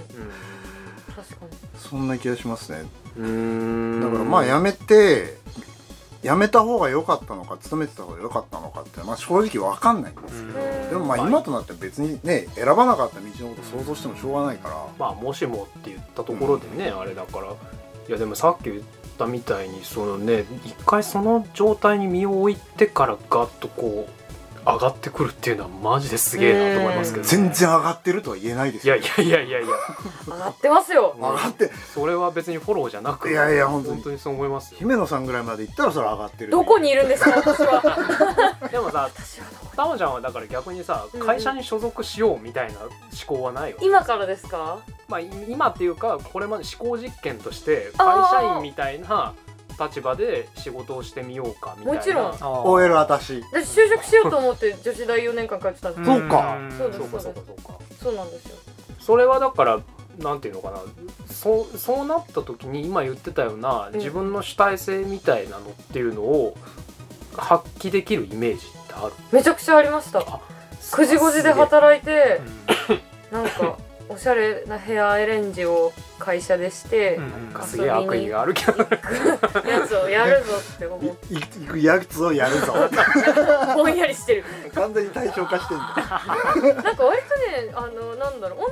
Speaker 4: 確かに
Speaker 3: そんな気がしますね
Speaker 1: うん
Speaker 3: だからまあ辞めて辞めた方が良かったのか勤めてた方が良かったのかって、まあ、正直わかんないんですけど、
Speaker 4: うん
Speaker 3: でもまあ今となっては別にね選ばなかった道のこと想像してもしょうがないから、
Speaker 1: まあもしもって言ったところでね、あれだからいやでもさっき言ったみたいにそのね一回その状態に身を置いてからガッとこう上がってくるっていうのはマジですげえなと思いますけど、ね、
Speaker 3: 全然上がってるとは言えないで
Speaker 1: い
Speaker 3: す
Speaker 1: や
Speaker 3: よ
Speaker 1: いやいやいやいや
Speaker 4: 上がってますよ
Speaker 3: 上がって
Speaker 1: それは別にフォローじゃなく
Speaker 3: いやいや本当に
Speaker 1: そう思いますよ
Speaker 3: 姫野さんぐらいまで行ったらそれ上がってる
Speaker 4: どこにいるんですか私は
Speaker 1: でもさ
Speaker 4: 私はどこ
Speaker 1: たまちゃんはだから逆にさ
Speaker 4: うん
Speaker 1: 会社に所属しようみたいな思考はないわ、
Speaker 4: 今からですか
Speaker 1: まあ、い今っていうかこれまで思考実験として会
Speaker 4: あー
Speaker 1: 社員みたいな立場で仕事をしてみようかみたいな
Speaker 4: もちろん
Speaker 2: あー
Speaker 3: OL 私
Speaker 4: 私就職しようと思って女子大4年間通ってたんです
Speaker 3: そ
Speaker 4: よ
Speaker 3: うか
Speaker 2: ん
Speaker 4: そうです
Speaker 1: そうかそうかそうか
Speaker 4: そうなんですよ
Speaker 1: それはだからなんていうのかなそうそうなった時に今言ってたような
Speaker 4: うん
Speaker 1: 自分の主体性みたいなのっていうのを発揮できるイメージってある
Speaker 4: めちゃくちゃありました9時5時で働いてなんかおしゃれなヘアアレンジを会社でして
Speaker 2: うんうん
Speaker 1: くすげえ悪意があるけど
Speaker 4: やつをやるぞって思う
Speaker 3: い行くやつをやるぞ
Speaker 4: ぼんやり してる
Speaker 3: 完全に対象化してんだ
Speaker 4: なんか割とねあのなんだろう同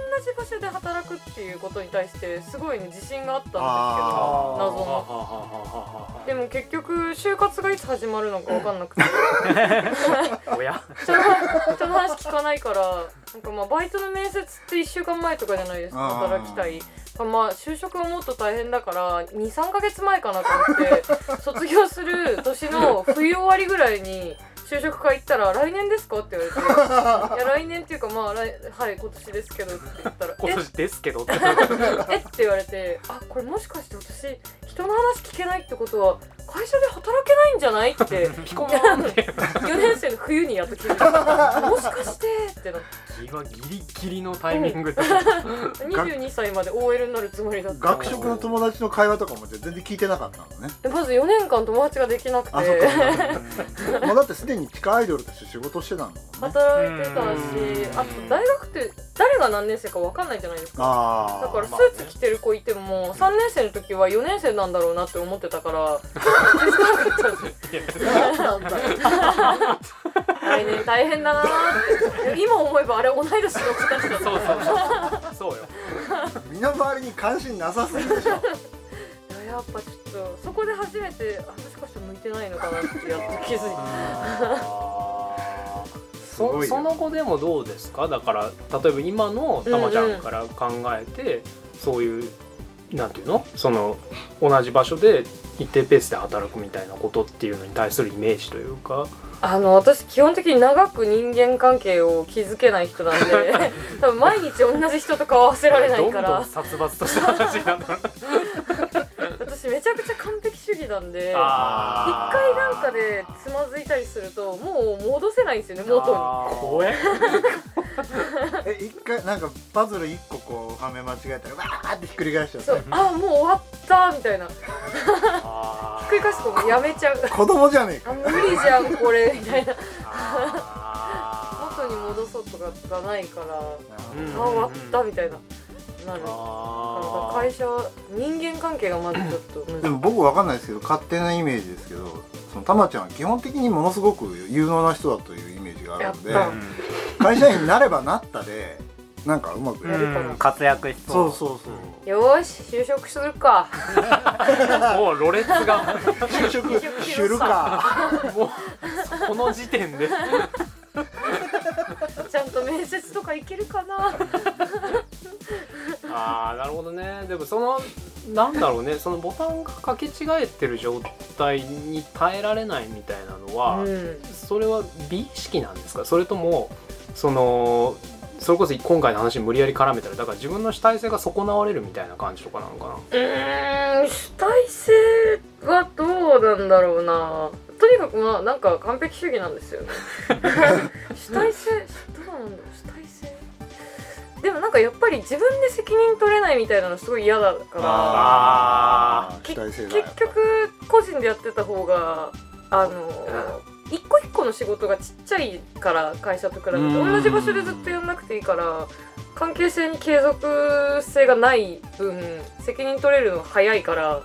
Speaker 4: じ場所で働くっていうことに対してすごいね自信があったんですけど
Speaker 3: あ
Speaker 4: 謎 のでも結局就活がいつ始まるのか分かんなくて
Speaker 1: おや
Speaker 4: 人の人の話聞かないからなんかまあバイトの面接って1週間前とかじゃないですか
Speaker 3: あー
Speaker 4: 働きたいまあ就職はもっと大変だから23ヶ月前かなと思って卒業する年の冬終わりぐらいに就職会行ったら「来年ですか?」って言われて「いや来年っていうかまあ来はい今年ですけど」って言った ら「
Speaker 1: 今年ですけど って
Speaker 4: えっ?」って言われて「あこれもしかして私人の話聞けないってことは会社で働けないんじゃない?」って
Speaker 1: ピコーンって
Speaker 4: 4年生の冬にやっと聞いたもしかしてってな
Speaker 1: 今ギリギリのタイミングで
Speaker 4: 22歳まで OL になるつもりだった
Speaker 3: 学食の友達の会話とかも全然聞いてなかったのね
Speaker 4: でまず4年間友達ができなくて
Speaker 3: あそっかまあだってすでに地下アイドルとして仕事してたんだもんね
Speaker 4: 働いてたし
Speaker 1: うん
Speaker 4: あと大学って誰が何年生か分かんないじゃないですか
Speaker 3: あ
Speaker 4: だ
Speaker 3: あ
Speaker 4: からス
Speaker 1: まあね
Speaker 4: ーツ着てる子いても3年生の時は4年生なんだろうなって思ってたから 来年大変だなーって今思えばあれ同い年の子たちだ
Speaker 1: そうそう
Speaker 4: った
Speaker 1: そうそうよ
Speaker 3: 身の回りに関心なさすぎでしょ
Speaker 4: いややっぱちょっとそこで初めてあもしかして向いてないのかなってやっと気づいた
Speaker 3: す
Speaker 1: そ
Speaker 3: ごい
Speaker 1: そ
Speaker 3: よ
Speaker 1: の後でもどうですかだから例えば今のたまちゃんから考えて、そういうなんていうのその同じ場所で一定ペースで働くみたいなことっていうのに対するイメージというか
Speaker 4: あの私基本的に長く人間関係を築けない人なん で多分毎日同じ人と顔合わせられない
Speaker 1: どんどん
Speaker 4: から
Speaker 1: 殺伐とした話になる
Speaker 4: 私めちゃくちゃ完璧主義なんで一
Speaker 1: あ
Speaker 4: 回なんかでつまずいたりするともう戻せないんですよね元に
Speaker 1: 怖え
Speaker 3: え一回なんかパズル一個こうはめ間違えたらわーってひっくり返しちゃっ
Speaker 4: そうあもう終わったみたいなひ
Speaker 1: あー
Speaker 4: っくり返すともうやめちゃう
Speaker 3: た子供じゃねえか
Speaker 4: あ無理じゃんこれみ たいな
Speaker 1: あー
Speaker 4: 元に戻そうとかがないか
Speaker 1: う
Speaker 4: ら
Speaker 1: ん
Speaker 4: あ終わったみたいななるだから
Speaker 1: あ
Speaker 4: 会社人間関係がまずちょっと難しい
Speaker 3: でも僕わかんないですけど勝手なイメージですけどそのたまちゃんは基本的にものすごく有能な人だというイメージがあるので
Speaker 4: やった
Speaker 3: 会社員になればなったでなんかうまくやる、
Speaker 4: るから
Speaker 1: うん
Speaker 2: 活躍し
Speaker 3: そ
Speaker 2: そうう
Speaker 3: そうそう、
Speaker 4: よーし就職するか
Speaker 1: もうろれつが
Speaker 3: 就職するか
Speaker 1: もうこの時点で
Speaker 4: ちゃんと面接とか行けるかな
Speaker 1: ああなるほどねでもそのなんだろうねそのボタンが掛け違えてる状態に耐えられないみたいなのは、
Speaker 4: うん
Speaker 1: それは美意識なんですかそれともそのそれこそ今回の話に無理やり絡めたらだから自分の主体性が損なわれるみたいな感じとかなのかな
Speaker 4: うーん主体性はどうなんだろうなとにかくまあなんか完璧主義なんですよね主体性どうなんだろう主体性でもなんかやっぱり自分で責任取れないみたいなのすごい嫌だか
Speaker 3: あ
Speaker 1: あ
Speaker 3: ー
Speaker 4: き
Speaker 3: 期待性
Speaker 4: ら
Speaker 3: だよ
Speaker 4: 結局個人でやってた方があの一個一個の仕事がちっちゃいから会社と比べて
Speaker 3: うん
Speaker 4: 同じ場所でずっとやんなくていいから関係性に継続性がない分責任取れるのが早いから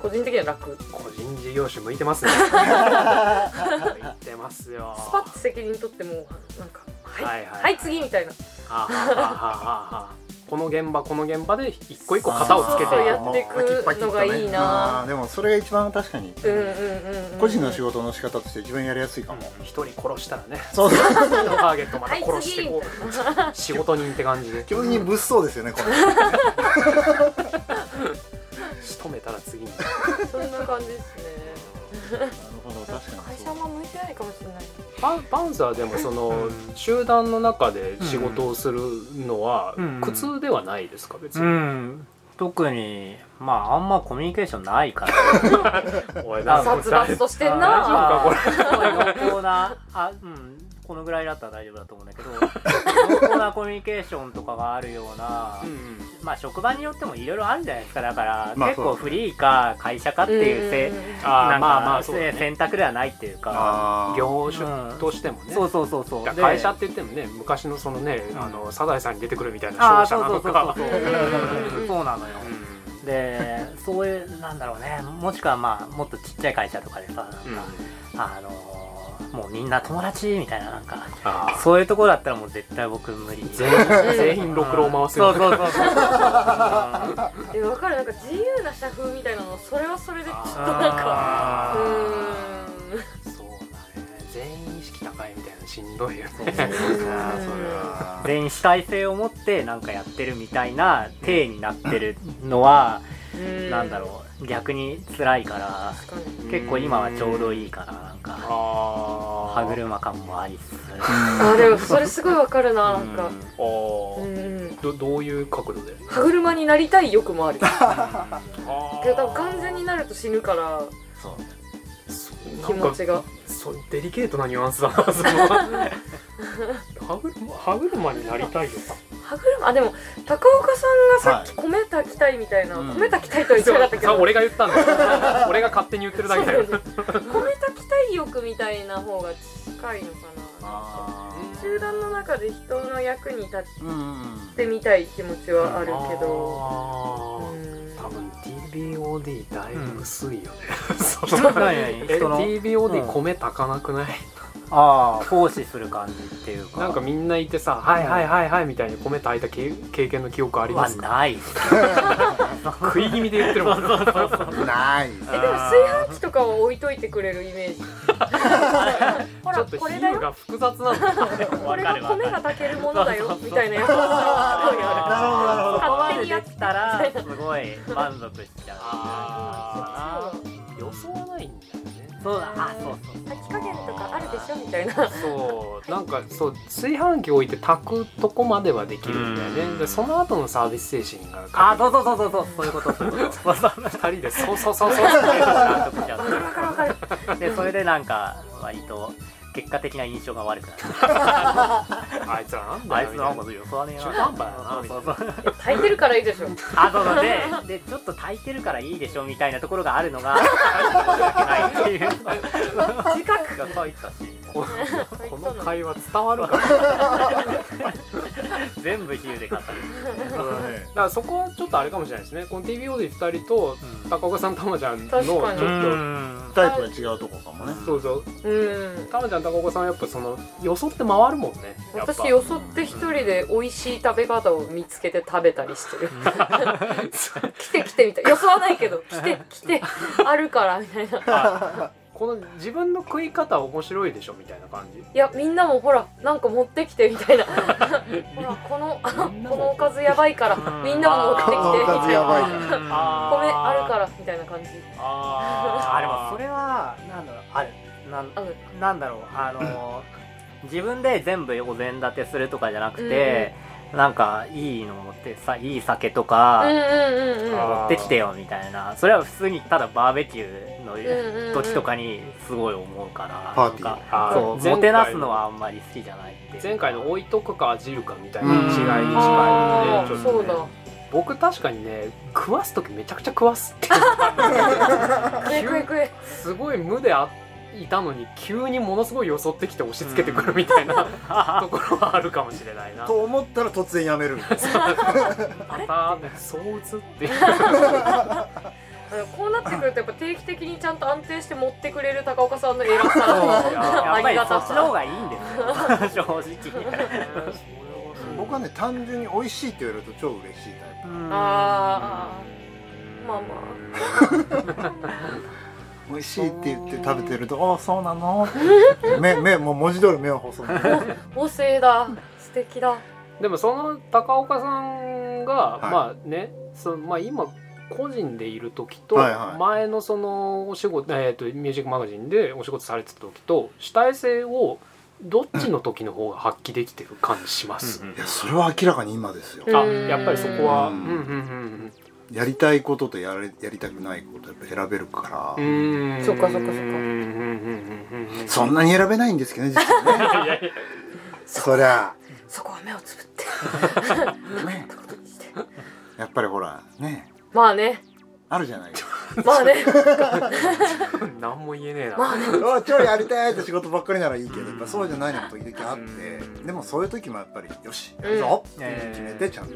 Speaker 4: 個人的には楽ス
Speaker 1: 個人事業主向いてますね向いてますよ
Speaker 4: パッと責任取ってもうなんかはいはい、
Speaker 1: いは
Speaker 4: 次みたいな
Speaker 1: あーはーはーはーはーこの現場この現場で一個一個型をつけ
Speaker 4: そうそうそう
Speaker 1: て
Speaker 4: やっていくのがいいな
Speaker 3: あーでもそれが一番確かに、
Speaker 4: うんうんうん、うん、
Speaker 3: 個人の仕事の仕方として一番やりやすいかも、
Speaker 1: 一人殺したらね
Speaker 3: そうそう
Speaker 1: ターゲットまた殺してこ
Speaker 4: はいう
Speaker 1: 仕事人って感じで
Speaker 3: 基本的に物騒ですよねこれ
Speaker 1: 仕留めたら次に
Speaker 4: そんな感じですね
Speaker 3: なるほど確か
Speaker 4: 会
Speaker 3: に
Speaker 4: 社あんま向いてないかもしれない
Speaker 1: パンパンサーでもその
Speaker 2: うん
Speaker 1: 集団の中で仕事をするのは
Speaker 2: うん
Speaker 1: 苦痛ではないですか別
Speaker 2: う
Speaker 1: に、
Speaker 2: ん特にまああんまコミュニケーションないから
Speaker 1: おい
Speaker 2: あ
Speaker 1: なんか
Speaker 4: 殺伐としてんな
Speaker 1: あ大丈夫かこれ
Speaker 2: 濃厚なあうんこのぐらいだったら大丈夫だと思うんだけど濃厚なコミュニケーションとかがあるような、まあ職場によってもいろいろあるじゃないですかだから、
Speaker 3: まあ
Speaker 2: 結
Speaker 3: そう
Speaker 2: 構
Speaker 3: です
Speaker 2: フリーか会社かっていうせ、
Speaker 4: うんうんうん
Speaker 1: あ
Speaker 2: な
Speaker 1: ー
Speaker 2: んか
Speaker 1: まあまあそうだ
Speaker 2: せ
Speaker 1: ね
Speaker 2: 選択ではないっていうか
Speaker 3: あー
Speaker 1: 業種としてもね、
Speaker 2: そうそうそうそう
Speaker 1: だ
Speaker 2: で
Speaker 1: から会社って言ってもね昔のそのね、
Speaker 2: うん
Speaker 1: あのサザエさんに出てくるみたい
Speaker 2: あ
Speaker 1: な
Speaker 2: あ
Speaker 1: 商
Speaker 2: そ
Speaker 1: 社な
Speaker 2: うそ
Speaker 1: の
Speaker 2: うそう
Speaker 1: か
Speaker 2: そう
Speaker 4: うん
Speaker 2: そうそうなのよ、でそういうなんだろうねもしくはまあもっとちっちゃい会社とかでさなんか、
Speaker 1: うん
Speaker 2: あのーもうみんな友達みたいななんか
Speaker 1: あー
Speaker 2: そういうところだったらもう絶対僕無理
Speaker 1: 全員全員ろくろを回せる
Speaker 2: そうそうそうそうあ
Speaker 4: えわかるなんか自由な社風みたいなのそれはそれでちょっとなんかう
Speaker 1: あ
Speaker 4: ーん
Speaker 1: ーそうだね全員意識高いみたいなのしんどいよね
Speaker 3: そうそうそうあーそれは
Speaker 2: 全員主体性を持ってなんかやってるみたいな体になってるのは
Speaker 4: う ん
Speaker 2: なんだろう逆に辛いから
Speaker 4: 確かに
Speaker 2: 結構今はちょうどいいかななんか
Speaker 6: あ
Speaker 2: 歯車感もありつつ
Speaker 4: あでもそれすごいわかるななんか
Speaker 2: う
Speaker 6: あー、
Speaker 4: うんうん
Speaker 6: どどういう角度で
Speaker 4: 歯車になりたい欲もある
Speaker 6: あ
Speaker 4: けど多分完全になると死ぬから
Speaker 2: そう
Speaker 4: 気持ちが
Speaker 1: そうデリケートなニュアンス だなその歯車歯車になりたいよ
Speaker 4: 歯車あでも高岡さんがさっき米炊きたいみたいな、
Speaker 2: うん
Speaker 4: 米炊きたいとは言ってなかったけ
Speaker 1: さ
Speaker 4: ど
Speaker 1: 俺が言ったんだよ俺が勝手に言ってるだけだよ
Speaker 4: そうそうそう米炊きたい欲みたいな方が近いのかな集団の中で人の役に立っ
Speaker 3: うん
Speaker 4: てみたい気持ちはあるけど
Speaker 1: あ
Speaker 4: う
Speaker 1: ー
Speaker 4: ん
Speaker 1: 多分 TBOD だいぶ薄いよね、 そ
Speaker 2: 人
Speaker 1: の
Speaker 2: 何
Speaker 1: え
Speaker 2: 人の
Speaker 1: TBOD
Speaker 2: うん
Speaker 1: 米炊かなくない、
Speaker 2: ああ奉仕する感じっていうか
Speaker 1: なんかみんないてさ「はいはいはいはい」みたいに米炊いた経経験の記憶ありま
Speaker 2: は
Speaker 1: すか
Speaker 2: ない
Speaker 1: 食い気味で言ってるもんね
Speaker 3: ない
Speaker 4: えでも炊飯器とかは置いといてくれるイ メージほ
Speaker 1: ちょ
Speaker 4: ら
Speaker 1: っと
Speaker 4: こ
Speaker 1: 比
Speaker 4: れだ
Speaker 1: 喩
Speaker 4: よ
Speaker 1: が複雑なんだよね
Speaker 4: これが米が炊けるものだよみたいなやつ
Speaker 3: なるほどなるほど
Speaker 4: 勝手にやっ
Speaker 2: できたらすごい満足しちゃう
Speaker 1: 予想はないんだよね
Speaker 2: そうだあそうそう
Speaker 4: 炊き加減とかあるでしょみたいな
Speaker 1: そうなんかそう炊飯器置いて炊くとこまではできるんだよね、
Speaker 2: うん
Speaker 1: でその後のサービス精神が
Speaker 2: あそうそうそうそうそうそういうことそういうこと
Speaker 1: 2人でそうそうそうそう
Speaker 2: 満足しちゃうでそれでなんか割と結果的な印象が悪くなる
Speaker 1: あいつらなんだ
Speaker 2: あ
Speaker 1: よ
Speaker 2: いつなんか
Speaker 1: み
Speaker 2: 予想はねえな
Speaker 1: 中途半端やな
Speaker 2: そうそうそう
Speaker 4: 炊いてるからいいでしょ
Speaker 2: あそうそうででちょっと炊いてるからいいでしょみたいなところがあるの がないっていう自覚が書いたした
Speaker 1: いなこの会話伝わる かな
Speaker 2: 全部比喩で語る
Speaker 1: だからそこはちょっとあれかもしれないですねこの TBOD2 人と
Speaker 2: うん
Speaker 1: 高岡さんたまちゃんのちょっ
Speaker 4: 確
Speaker 1: と
Speaker 4: かに
Speaker 3: タイプが違うとこかもね
Speaker 1: そうそう
Speaker 4: うん
Speaker 1: たまちゃん高岡さんはやっぱそのよそって回るもんねやっぱ
Speaker 4: 私よそって一人で美味しい食べ方を見つけて食べたり してる来て来てみたいよそはないけど来て来てあるからみたいない
Speaker 1: この自分の食い方面白いでしょみたいな感じ
Speaker 4: やみんなもほらなんか持ってきてみた いなほらこのあこのおかずやばいからみんなも持ってきて
Speaker 3: このおかずやばい
Speaker 4: みたいな
Speaker 1: あ
Speaker 4: 米あるからみたいな感
Speaker 2: あ
Speaker 4: じ
Speaker 2: でも
Speaker 1: あ
Speaker 2: それはなんだろうあるなん
Speaker 4: ある
Speaker 2: なんだろうあの自分で全部お膳立てするとかじゃなくて、なんかいいの持ってさいい酒と
Speaker 4: うん
Speaker 2: か
Speaker 4: うんうんうん
Speaker 1: あ
Speaker 2: 持ってきてよみたいな、それは普通にただバーベキューの
Speaker 4: んうんうん
Speaker 2: 時とかにすごい思うから、
Speaker 3: パーティー
Speaker 2: なんか
Speaker 1: あー
Speaker 2: そ
Speaker 1: 前
Speaker 2: う
Speaker 1: 回の
Speaker 2: もてなすのはあんまり好きじゃないっていう
Speaker 1: 前回の置いとくかじるかみたいな
Speaker 3: う
Speaker 1: 違い
Speaker 3: ん
Speaker 1: に近いよね
Speaker 4: あ
Speaker 1: ちょ
Speaker 4: ー
Speaker 1: っ
Speaker 4: そ
Speaker 1: と
Speaker 4: う
Speaker 1: ね
Speaker 4: だ
Speaker 1: 僕確かにね食わす時めちゃくちゃ食わすって
Speaker 4: 食え食え食え
Speaker 1: すごい無であいたのに急にものすごいよそってきて押し付けてくるみたい なところはあるかもしれないな
Speaker 3: と思ったら突然やめるみたいな
Speaker 1: あーそう打つ っていう
Speaker 4: あのこうなってくるとやっぱ定期的にちゃんと安定して持ってくれる高岡さんの偉 さ
Speaker 2: や
Speaker 4: あ
Speaker 2: っぱ
Speaker 4: り
Speaker 2: り
Speaker 4: が
Speaker 2: そ
Speaker 4: た
Speaker 2: っちの方
Speaker 4: さ
Speaker 2: がいいんですよ正直
Speaker 3: 僕はね単純に美味しいって言われると超嬉しいタイ
Speaker 4: あーまあま
Speaker 3: プ美味しいって言って食べてると「ああそうなの」目目もう文字通り目を細める
Speaker 4: あ母性だ素敵だ
Speaker 1: でもその高岡さんが、
Speaker 3: い
Speaker 1: まあねそのまあ今個人でいる時と
Speaker 3: はいはい
Speaker 1: 前のそのお仕事、えー、とミュージックマガジンでお仕事されてた時と主体性をどっちの時の方が発揮できてる感じします。
Speaker 3: いやそれは明らかに今ですよ
Speaker 4: うん
Speaker 1: あやっぱりそこはう
Speaker 3: うんん
Speaker 1: うんうん
Speaker 3: やりたいこととやれやりたくないことやっぱ選べるか
Speaker 1: う
Speaker 3: ら、
Speaker 1: んうん
Speaker 4: そっかそっかそっか
Speaker 1: うんうんうんうんうん
Speaker 3: そんなに選べないんですけどね実 はねそりゃ
Speaker 4: そこは目をつぶって
Speaker 3: ね
Speaker 4: ことにして
Speaker 3: やっぱりほらね
Speaker 4: まあね
Speaker 3: あるじゃないですか
Speaker 4: まあね
Speaker 1: 何も言えねえな、
Speaker 4: まあね
Speaker 3: あ超やりたいって仕事ばっかりならいいけどやっぱそうじゃないのも時々あって
Speaker 1: うん
Speaker 3: でもそういう時もやっぱりよしやるぞって決めてちゃんと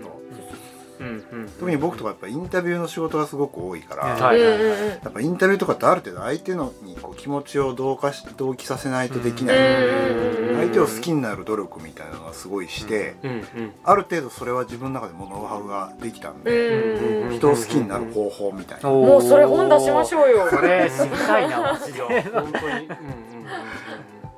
Speaker 1: うんうん
Speaker 3: 特に僕とかやっぱインタビューの仕事がすごく多いから、
Speaker 1: は
Speaker 4: う
Speaker 1: い
Speaker 4: ん
Speaker 1: は
Speaker 4: うん
Speaker 1: いは
Speaker 4: う
Speaker 1: い
Speaker 4: ん
Speaker 3: やっぱインタビューとかってある程度相手のにこう気持ちを同化し同期させないとできな
Speaker 4: う
Speaker 3: い、
Speaker 4: んうんうん
Speaker 3: 相手を好きになる努力みたいなのがすごいして、
Speaker 1: うんうん
Speaker 3: ある程度それは自分の中でもノウハウができたん
Speaker 4: うん
Speaker 3: で、
Speaker 4: うんうん
Speaker 3: 人を好きになる方法みたいな、
Speaker 2: も
Speaker 4: もうそれ本出しまし
Speaker 2: ょ
Speaker 4: ょうよ
Speaker 2: それ知りたいなマジ
Speaker 1: い
Speaker 2: で
Speaker 1: や本当にうんうんうんうん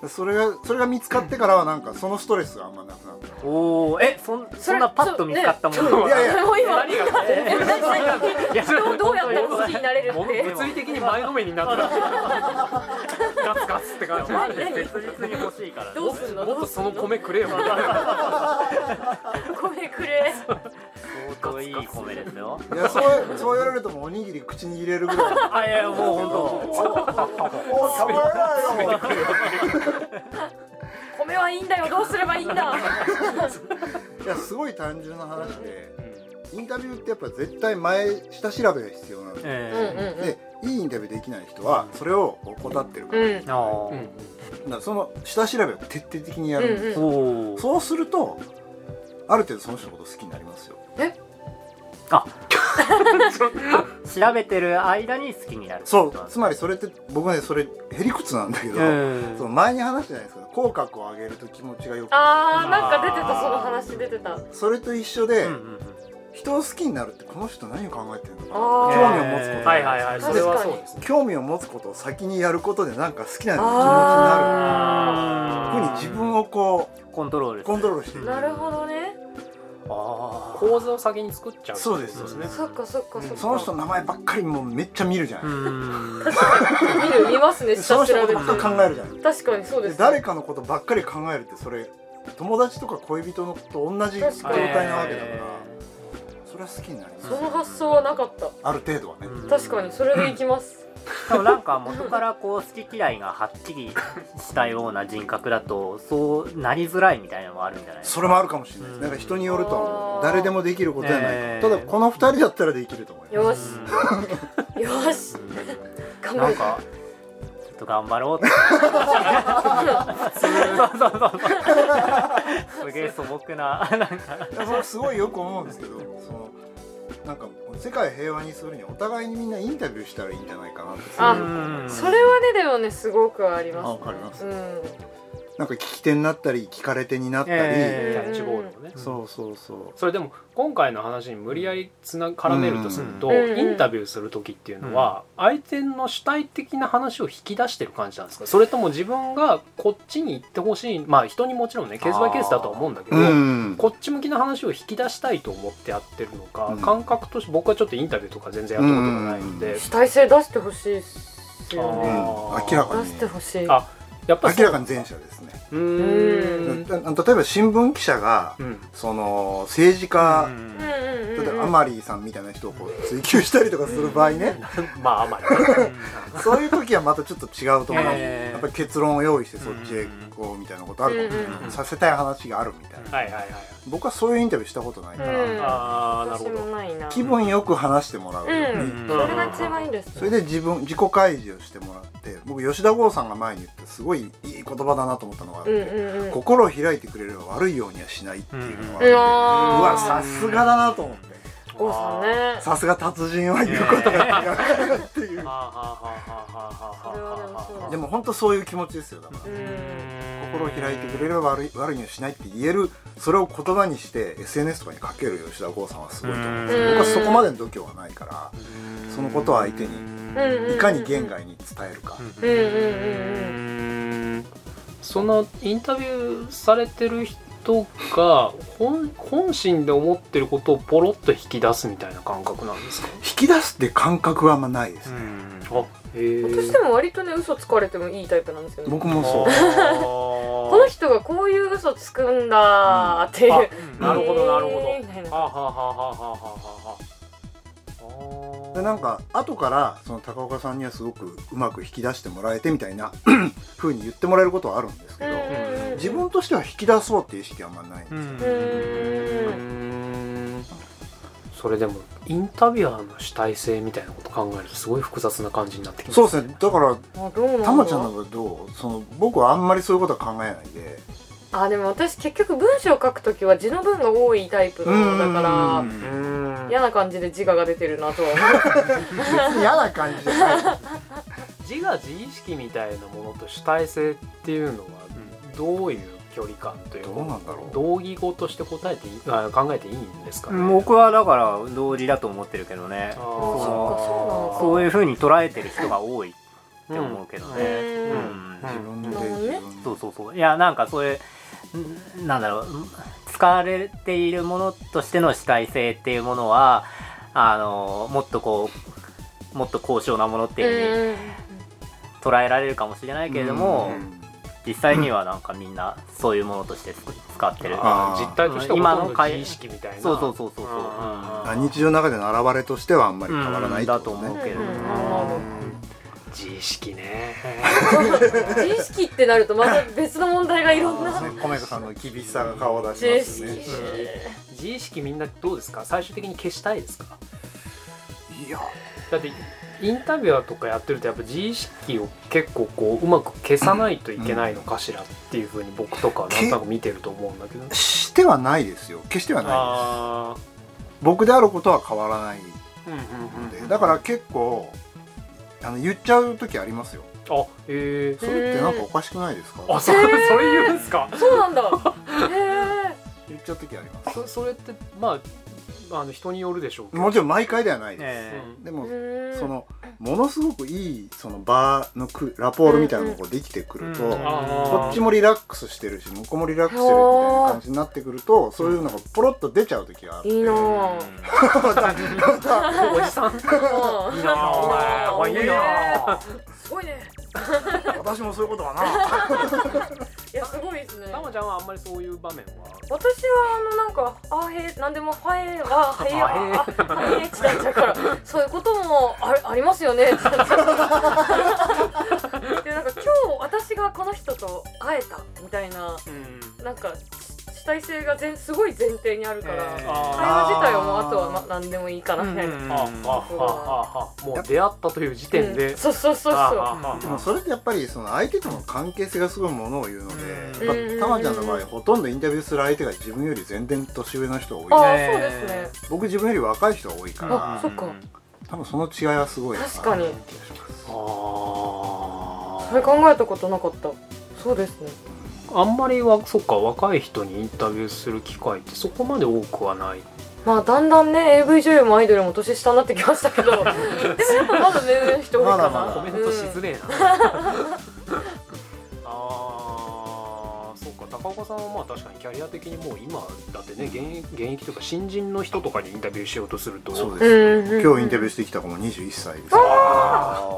Speaker 3: それがそれが見つかってからはなんかそのストレスがあんまなくなった
Speaker 2: おおえそんそんなパッと見つかったも
Speaker 4: そ
Speaker 2: の
Speaker 4: うね
Speaker 3: いやいや
Speaker 4: もう今
Speaker 1: 何が
Speaker 4: え何何
Speaker 1: いや
Speaker 4: 人をどうやったら好きになれる
Speaker 1: も
Speaker 4: っ
Speaker 1: う
Speaker 4: て
Speaker 1: 物理的に前のめりになったガツガツって感じ
Speaker 4: 何何
Speaker 2: 切実に欲しいからね
Speaker 4: どうすんの
Speaker 1: もっとその米くれよみたいな
Speaker 4: 米くれ
Speaker 2: 相当いい米ですよ
Speaker 3: いやそうそう言われるともうおにぎり口に入れるぐらい
Speaker 2: あいやもう本
Speaker 3: おたまらないよ
Speaker 4: 米はいいんだよどうすればいいんだ
Speaker 3: いやすごい単純な話でインタビューってやっぱ絶対前下調べが必要なの
Speaker 2: 当
Speaker 3: で
Speaker 4: うん
Speaker 2: え
Speaker 3: でいいインタビューできない人はそれを怠ってるか
Speaker 4: う
Speaker 3: ら,、
Speaker 4: ん
Speaker 2: えお
Speaker 1: うん
Speaker 3: その下調べを徹底的にや
Speaker 4: うんう
Speaker 3: るん
Speaker 4: ん
Speaker 3: です、
Speaker 4: うん
Speaker 2: おー
Speaker 3: そうするとある程度その人のこと好きになりますよ
Speaker 2: 調べてる間に好きになる
Speaker 3: そうつまりそれって僕はねそれへりくつなんだけど、
Speaker 2: うん
Speaker 3: その前に話したじゃないですか口角を上げると気持ちがよく
Speaker 4: あーなんか出てたその話出てた
Speaker 3: それと一緒で、
Speaker 2: うんうんうん
Speaker 3: 人を好きになるってこの人何を考えてるのかな
Speaker 4: あー
Speaker 3: 興味を持つこと、
Speaker 1: はいはいはいそれはそうですね
Speaker 3: 興味を持つことを先にやることでなんか好きな気持ちになる
Speaker 4: あ
Speaker 3: ふうに自分をこ
Speaker 2: コントロー
Speaker 3: う
Speaker 2: ル
Speaker 3: コントロールしていく
Speaker 4: なるほどね
Speaker 2: あー
Speaker 1: 構図を先に作っちゃう
Speaker 3: そうです
Speaker 1: そうですね
Speaker 4: そっかそっかそっか
Speaker 3: その人の名前ばっかりもうめっちゃ見るじゃな
Speaker 2: う
Speaker 3: い、
Speaker 2: ん
Speaker 4: 見る見ますね
Speaker 3: でその
Speaker 4: 下
Speaker 3: 人
Speaker 4: 調
Speaker 3: のこ
Speaker 4: べて
Speaker 3: とばっか考えるじゃない
Speaker 4: 確かにそうで
Speaker 3: です誰かのことばっかり考えるってそれ友達とか恋人のと同じ状
Speaker 4: 確かに
Speaker 3: 態なわけだから、
Speaker 2: え
Speaker 3: それは好きになります、
Speaker 4: その発想はなかった
Speaker 3: ある程度はね、
Speaker 2: ー
Speaker 4: 確かにそれでいきます
Speaker 2: でもなんか元からこう好き嫌いがはっきりしたような人格だとそうなりづらいみたいなのもあるんじゃないですか
Speaker 3: それもあるかもしれないです、
Speaker 2: うん
Speaker 3: なんか人によるとは思う誰でもできることじゃない、
Speaker 2: えー
Speaker 3: ただこの2人だったらできると思いま
Speaker 4: よしよし頑張
Speaker 2: な
Speaker 4: る
Speaker 2: んかちょっと頑張ろうってそうそうそうそうすげえ素朴ななんか
Speaker 3: すいやそれすごいよく思うんですけどそのなんか世界を平和にするにはお互いにみんなインタビューしたらいいんじゃないかなってすごい
Speaker 4: あ
Speaker 2: うん
Speaker 4: それはねでもねすごくあり
Speaker 3: あ
Speaker 4: ま
Speaker 3: わかります
Speaker 4: すうん
Speaker 3: なんか聞き手になったり聞かれ手になったり、
Speaker 2: え
Speaker 1: キャッチボールをね
Speaker 3: そうそうそう
Speaker 1: それでも今回の話に無理やりつな絡めるとすると、
Speaker 4: うん
Speaker 1: インタビューする時っていうのは、相手の主体的な話を引き出してる感じなんですかそれとも自分がこっちに行ってほしいまあ人にもちろんねケースバイケースだとは思うんだけど、
Speaker 3: うん
Speaker 1: こっち向きな話を引き出したいと思ってやってるのか、
Speaker 3: うん
Speaker 1: 感覚として僕はちょっとインタビューとか全然やったことがないので、
Speaker 3: うん
Speaker 4: 主体性出してほしいっすよ
Speaker 3: うん
Speaker 4: ね
Speaker 3: 明らか
Speaker 4: 出
Speaker 3: に
Speaker 4: してほしい
Speaker 1: あやっぱ
Speaker 3: 明らかに前者ですね、
Speaker 1: うー
Speaker 4: うん
Speaker 3: た例えば新聞記者が
Speaker 1: うん
Speaker 3: その政治家、
Speaker 2: うん
Speaker 4: うんうんうん
Speaker 3: 例え
Speaker 4: うん
Speaker 3: ばアマリーさんみたいな人をこう追求したりとかする場合ね、
Speaker 1: まああまり
Speaker 3: そういう時はまたちょっと違うと思う、
Speaker 2: えー
Speaker 3: やっぱり結論を用意してそっちへこうみたいなことあるかもしれない、
Speaker 1: うん
Speaker 3: させたい話があるみたいな、
Speaker 1: はいはいはい
Speaker 3: 僕はそういうインタビューしたことないから、
Speaker 4: うん
Speaker 1: ああなる
Speaker 4: 私
Speaker 1: ほ
Speaker 4: も
Speaker 1: ど
Speaker 4: ないな
Speaker 3: 気分よく話してもらう、
Speaker 4: うん
Speaker 1: うん
Speaker 4: それが一番いいです
Speaker 3: それで自分自己開示をしてもらって僕吉田剛さんが前に言ってすごいいい言葉だなと思ったのがあっ
Speaker 4: う
Speaker 3: て、
Speaker 4: んうんうん
Speaker 3: 心を開いてくれれば悪いようにはしないっていうのがあって、
Speaker 4: う
Speaker 3: う
Speaker 4: わー
Speaker 3: わさすがだなと思って
Speaker 4: 郷さんね
Speaker 3: さすが達人は言うことが違うってい
Speaker 1: は
Speaker 3: う
Speaker 1: あはあはあはあはあはあはあ
Speaker 4: それはでもそうだ
Speaker 3: でも本当そういう気持ちですよだから
Speaker 4: う
Speaker 1: うんん
Speaker 3: 心を開いてくれれば悪い悪いにはしないって言えるそれを言葉にして SNS とかにかける吉田剛さんはすごいと思うんですけど
Speaker 4: うん
Speaker 3: 僕はそこまでの度胸はないからそのことを相手に
Speaker 4: うんうんうん
Speaker 3: いかに言外に伝えるか
Speaker 4: うんうんうん
Speaker 1: そのインタビューされてる人が本本心で思ってることをポロッと引き出すみたいな感覚なんですか
Speaker 3: 引き出すって感覚はあんまないですね
Speaker 1: あへえ
Speaker 4: うん私でも割とね嘘つかれてもいいタイプなんですよね
Speaker 3: 僕もそう
Speaker 4: この
Speaker 1: う
Speaker 4: 人がこういう嘘つくんだーっていう、
Speaker 1: なるほどなるほ
Speaker 4: えーみたい
Speaker 1: ど
Speaker 4: な
Speaker 1: はあはあはあはあはあはあはあ
Speaker 3: でなんか後からその高岡さんにはすごくうまく引き出してもらえてみたい な風に言ってもらえることはあるんですけど
Speaker 4: うん
Speaker 3: 自分としては引き出そうっていう意識はあんまないんですよ
Speaker 4: うーん
Speaker 1: それでもインタビュアーの主体性みたいなこと考えるとすごい複雑な感じになってきます
Speaker 3: そうですねだから
Speaker 4: あどうなんだ
Speaker 3: たまちゃんの方がどうその僕はあんまりそういうことは考えないで
Speaker 4: あでも私結局文章を書くときは字の文が多いタイプのだ
Speaker 3: う
Speaker 4: か
Speaker 3: ん
Speaker 1: うー
Speaker 4: ら
Speaker 1: ん
Speaker 4: 嫌な感じで自我が出てるなとは思
Speaker 3: 別に嫌な感じじゃない
Speaker 1: 自我自意識みたいなものと主体性っていうのはどういう距離感という
Speaker 3: どうなんだろう
Speaker 1: 同義語として答えていいあ考えていいんですかね、
Speaker 2: 僕はだから同時だと思ってるけどね
Speaker 1: あー
Speaker 2: の
Speaker 4: そっかそうなのか
Speaker 2: そういう風に捉えてる人が多いって思うけどね、
Speaker 4: うん
Speaker 2: うん
Speaker 3: 自分で
Speaker 4: なるほどね
Speaker 3: 自分で
Speaker 2: そうそうそういやなんかそういうんなんだろうん使われているものとしての主体性っていうものはあのもっとこうもっと高尚なものっていうふうに捉えられるかもしれないけれども、
Speaker 3: うん
Speaker 2: 実際にはなんかみんなそういうものとして使使ってる
Speaker 1: あー実態としては
Speaker 2: 今の
Speaker 1: ほとんど自意識みたいな
Speaker 2: そうそうそうそうそう
Speaker 1: あー
Speaker 3: あ日常の中での現れとしてはあんまり変わらないってことね
Speaker 2: うんだと思うけど
Speaker 4: うん
Speaker 1: 自意識ね
Speaker 4: 知識ってなるとまた別の問題がいろんな
Speaker 3: そうですね米田さんの厳しさが顔を出し
Speaker 4: 知
Speaker 3: ます
Speaker 4: 識、
Speaker 3: ね
Speaker 1: 自意識みんなどうですか最終的に消したいですか
Speaker 3: いや
Speaker 1: だってインタビュアーとかやってるとやっぱ自意識を結構こううまく消さないといけないのかしらっていうふうに僕とかはなんとなく見てると思うんだけど
Speaker 3: してはないですよ決してはないです
Speaker 1: あ
Speaker 3: 僕であることは変わらない
Speaker 1: あうんうん
Speaker 3: の
Speaker 1: う
Speaker 3: で
Speaker 1: ん
Speaker 3: だから結構あの言っちゃう時ありますよ
Speaker 1: あへえ
Speaker 3: それってなんかおかしくないですか
Speaker 1: あそそれ言うんですか
Speaker 4: そうなんだへ
Speaker 3: 言っちゃう時ありま
Speaker 1: そそれってまああの人によるでしょうけ
Speaker 3: す
Speaker 1: ど
Speaker 3: もちろん毎回ではないです、
Speaker 2: え
Speaker 1: うん
Speaker 3: で
Speaker 4: え
Speaker 3: も
Speaker 4: うん
Speaker 3: そのものすごくいいその場のくラポールみたいなのができてくると、
Speaker 2: うんうん
Speaker 1: あー
Speaker 3: こっちもリラックスしてるし向こうもリラックスしてるみたいな感じになってくるとそういうのがポロッと出ちゃう時がある
Speaker 4: いいなぁ
Speaker 1: おじさん
Speaker 4: うん
Speaker 1: いいなあお 前お前いいなあ
Speaker 4: すごいね
Speaker 3: 私もそういうことはない
Speaker 4: やすごいですね
Speaker 1: たまちゃんはあんまりそういう場面は
Speaker 4: 私はあのなんかあへなんでもはえははえ
Speaker 1: あ
Speaker 4: あはえってなっちゃうからそういうこともあありますよねって なっちゃうでなんか今日私がこの人と会えたみたいな
Speaker 1: うん
Speaker 4: なんか主体性が全すごい前提にあるから、
Speaker 2: えー
Speaker 4: 会
Speaker 1: あ
Speaker 4: 話自体はもうあとはま何でもいいかなみたいな、
Speaker 1: ーああああもう出会ったという時点で、
Speaker 4: うんそうそうそうそ
Speaker 1: あ
Speaker 3: でもそれってやっぱりその相手との関係性がすごいものを言うので
Speaker 4: う
Speaker 3: や
Speaker 4: ん
Speaker 3: っぱたまちゃんの場合ほとんどインタビューする相手が自分より全然年上の人が
Speaker 4: う
Speaker 3: 多い
Speaker 4: ああ
Speaker 2: えー
Speaker 4: そうですね
Speaker 3: 僕自分より若い人が多いか
Speaker 4: あ
Speaker 3: ら
Speaker 4: そっか
Speaker 3: 多分その違いはすごいな
Speaker 4: 確かに
Speaker 3: って気がします
Speaker 4: それ
Speaker 1: あ
Speaker 4: 考えたことなかったそうですね
Speaker 1: ああんまりはそっか若い人にインタビューする機会ってそこまで多くはない
Speaker 4: まあだんだんね AV 女優もアイドルも年下になってきました けどでもやっぱまだ全然人多いかな
Speaker 3: まだまだ
Speaker 1: コメントしづれえな、 あーそうか高岡さんはまあ確かにキャリア的にもう今だってね現役現役というか新人の人とかにインタビューしようとすると
Speaker 3: そう
Speaker 4: う
Speaker 3: です
Speaker 4: んうんうん
Speaker 3: 今日インタビューしてきた子も21歳です
Speaker 1: ああ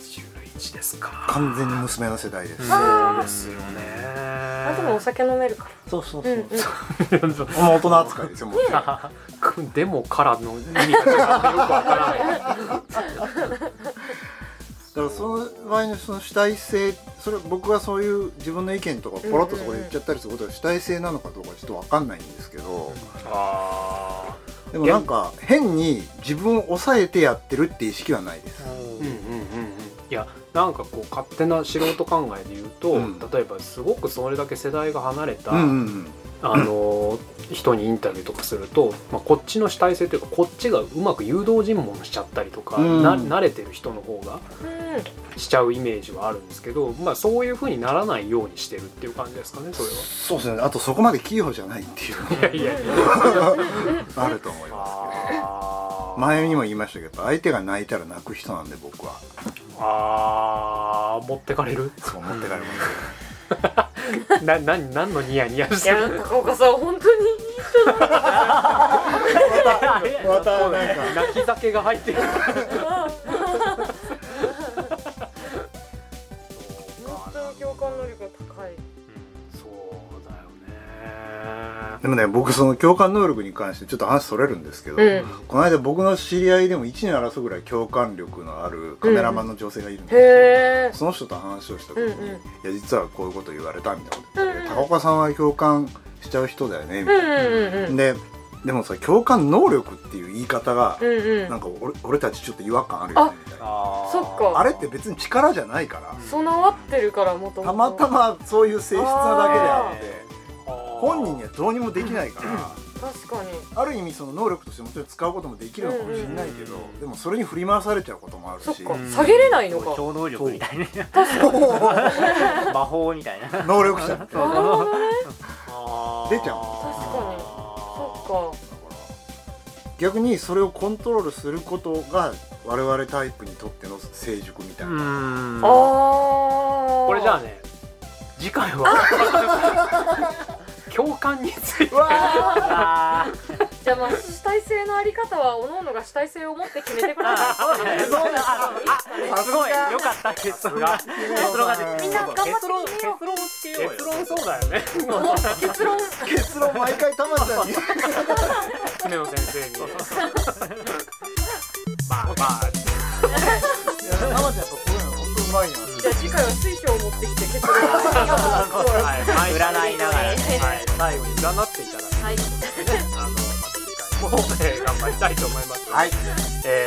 Speaker 1: 11ですか
Speaker 3: 完全に娘の世代です
Speaker 1: そうですよね
Speaker 4: あ でもお酒飲めるか
Speaker 3: そうそう
Speaker 4: らうんうん
Speaker 3: もう大人扱いですよもちろん
Speaker 1: でもからの意味がちょっとよくわから ない
Speaker 3: だからその場合のその主体性それ僕はそういう自分の意見とかポロッとそこで言っちゃったりすることが主体性なのかどうかちょっと分かんないんですけど
Speaker 1: あ
Speaker 3: でもなんか変に自分を抑えてやってるって意識はないです
Speaker 1: ーうんうんうんうんいやなんかこう勝手な素人考えで言うと、
Speaker 3: うん
Speaker 1: 例えばすごくそれだけ世代が離れた、
Speaker 3: うんうんうん
Speaker 1: あのー人にインタビューとかすると、まあ、こっちの主体性というかこっちがうまく誘導尋問しちゃったりとか、
Speaker 3: うん
Speaker 1: な慣れてる人の方がしちゃうイメージはあるんですけど、まあ、そういうふうにならないようにしてるっていう感じですかねそれは。
Speaker 3: そうですねあとそこまで器用じゃないっていう の
Speaker 1: いやいやいや
Speaker 3: があると思います
Speaker 1: あー
Speaker 3: 前にも言いましたけど相手が泣いたら泣く人なんで僕は
Speaker 1: あー持ってかれる
Speaker 3: そう思ってられますよ
Speaker 1: なな何のニヤニヤし
Speaker 4: い
Speaker 1: て
Speaker 4: や
Speaker 1: る
Speaker 4: 高岡さん本当に
Speaker 3: またなんか
Speaker 1: 泣き酒が入ってる
Speaker 4: 本当に共感能力が高い
Speaker 1: そうだよね
Speaker 3: でもね僕その共感能力に関してちょっと話それるんですけど、
Speaker 4: うん
Speaker 3: この間僕の知り合いでも1年争うぐらい共感力のあるカメラマンの女性がいるんです
Speaker 4: へえ
Speaker 3: その人と話をした時に、
Speaker 4: うんうん
Speaker 3: いや実はこういうこと言われたみたいなこと言って、
Speaker 4: うんうん
Speaker 3: 高岡さんは共感しちゃう人だよねみ
Speaker 4: う
Speaker 3: たい
Speaker 4: んうんう
Speaker 3: な、
Speaker 4: ん
Speaker 3: ででもさ共感能力っていう言い方が、
Speaker 4: うんう
Speaker 3: なん
Speaker 4: ん
Speaker 3: か俺俺たちちょっと違和感あるよねみたいなあ
Speaker 1: あ
Speaker 4: そっか
Speaker 3: れって別に力じゃないから
Speaker 4: 備わってるからもともと
Speaker 3: たまたまそういう性質なだけであって本人に
Speaker 1: は
Speaker 3: はどうにもできないから。
Speaker 4: 確かに
Speaker 3: ある意味その能力としてもちろん使うこともできるのかもしれないけ
Speaker 1: う
Speaker 3: ど、
Speaker 1: んうんうん
Speaker 3: でもそれに振り回されちゃうこともあるし
Speaker 4: そっか
Speaker 1: ん
Speaker 4: 下げれないの か
Speaker 2: 超能力みたいな魔法みたいな
Speaker 3: 能力者だか
Speaker 4: なるほどね
Speaker 3: 出ちゃう
Speaker 4: そっか
Speaker 3: ら逆にそれをコントロールすることが我々タイプにとっての成熟みたいな、
Speaker 2: ん
Speaker 4: ああ
Speaker 1: これじゃあね次回は 共感について
Speaker 2: あー
Speaker 4: じゃあまあ主体性のあり方は各々が主体性を持って決めてください
Speaker 2: あそうですねあすごいよかった結論が結論が出て
Speaker 4: みんな頑張って
Speaker 2: 結論結論つけようよ
Speaker 1: 結論そうだよね
Speaker 4: 結論
Speaker 3: 結論毎回たまちゃんに
Speaker 1: 姫野先生にまあまあ
Speaker 3: たまちゃんやっぱこういうの本当うまいな
Speaker 4: じゃあ次回は水晶を持ってき て結論
Speaker 1: はい
Speaker 2: 占いながらね
Speaker 1: はい、最後に占っていただいて、
Speaker 4: はい
Speaker 1: あの、また次回も、えー頑張りたいと思います。
Speaker 3: はい。
Speaker 1: え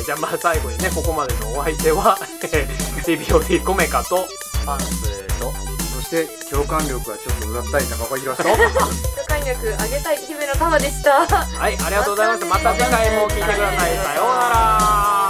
Speaker 1: ー、じゃあまあ最後にね、ここまでのお相手は、えー、TBOD コメカと、
Speaker 2: パンツと
Speaker 3: そして共感力がちょっとうざったい高岡宏と
Speaker 4: 主観力上げたい姫の玉でした
Speaker 1: はい、ありがとうございます。また次回も聞いてください。さようなら。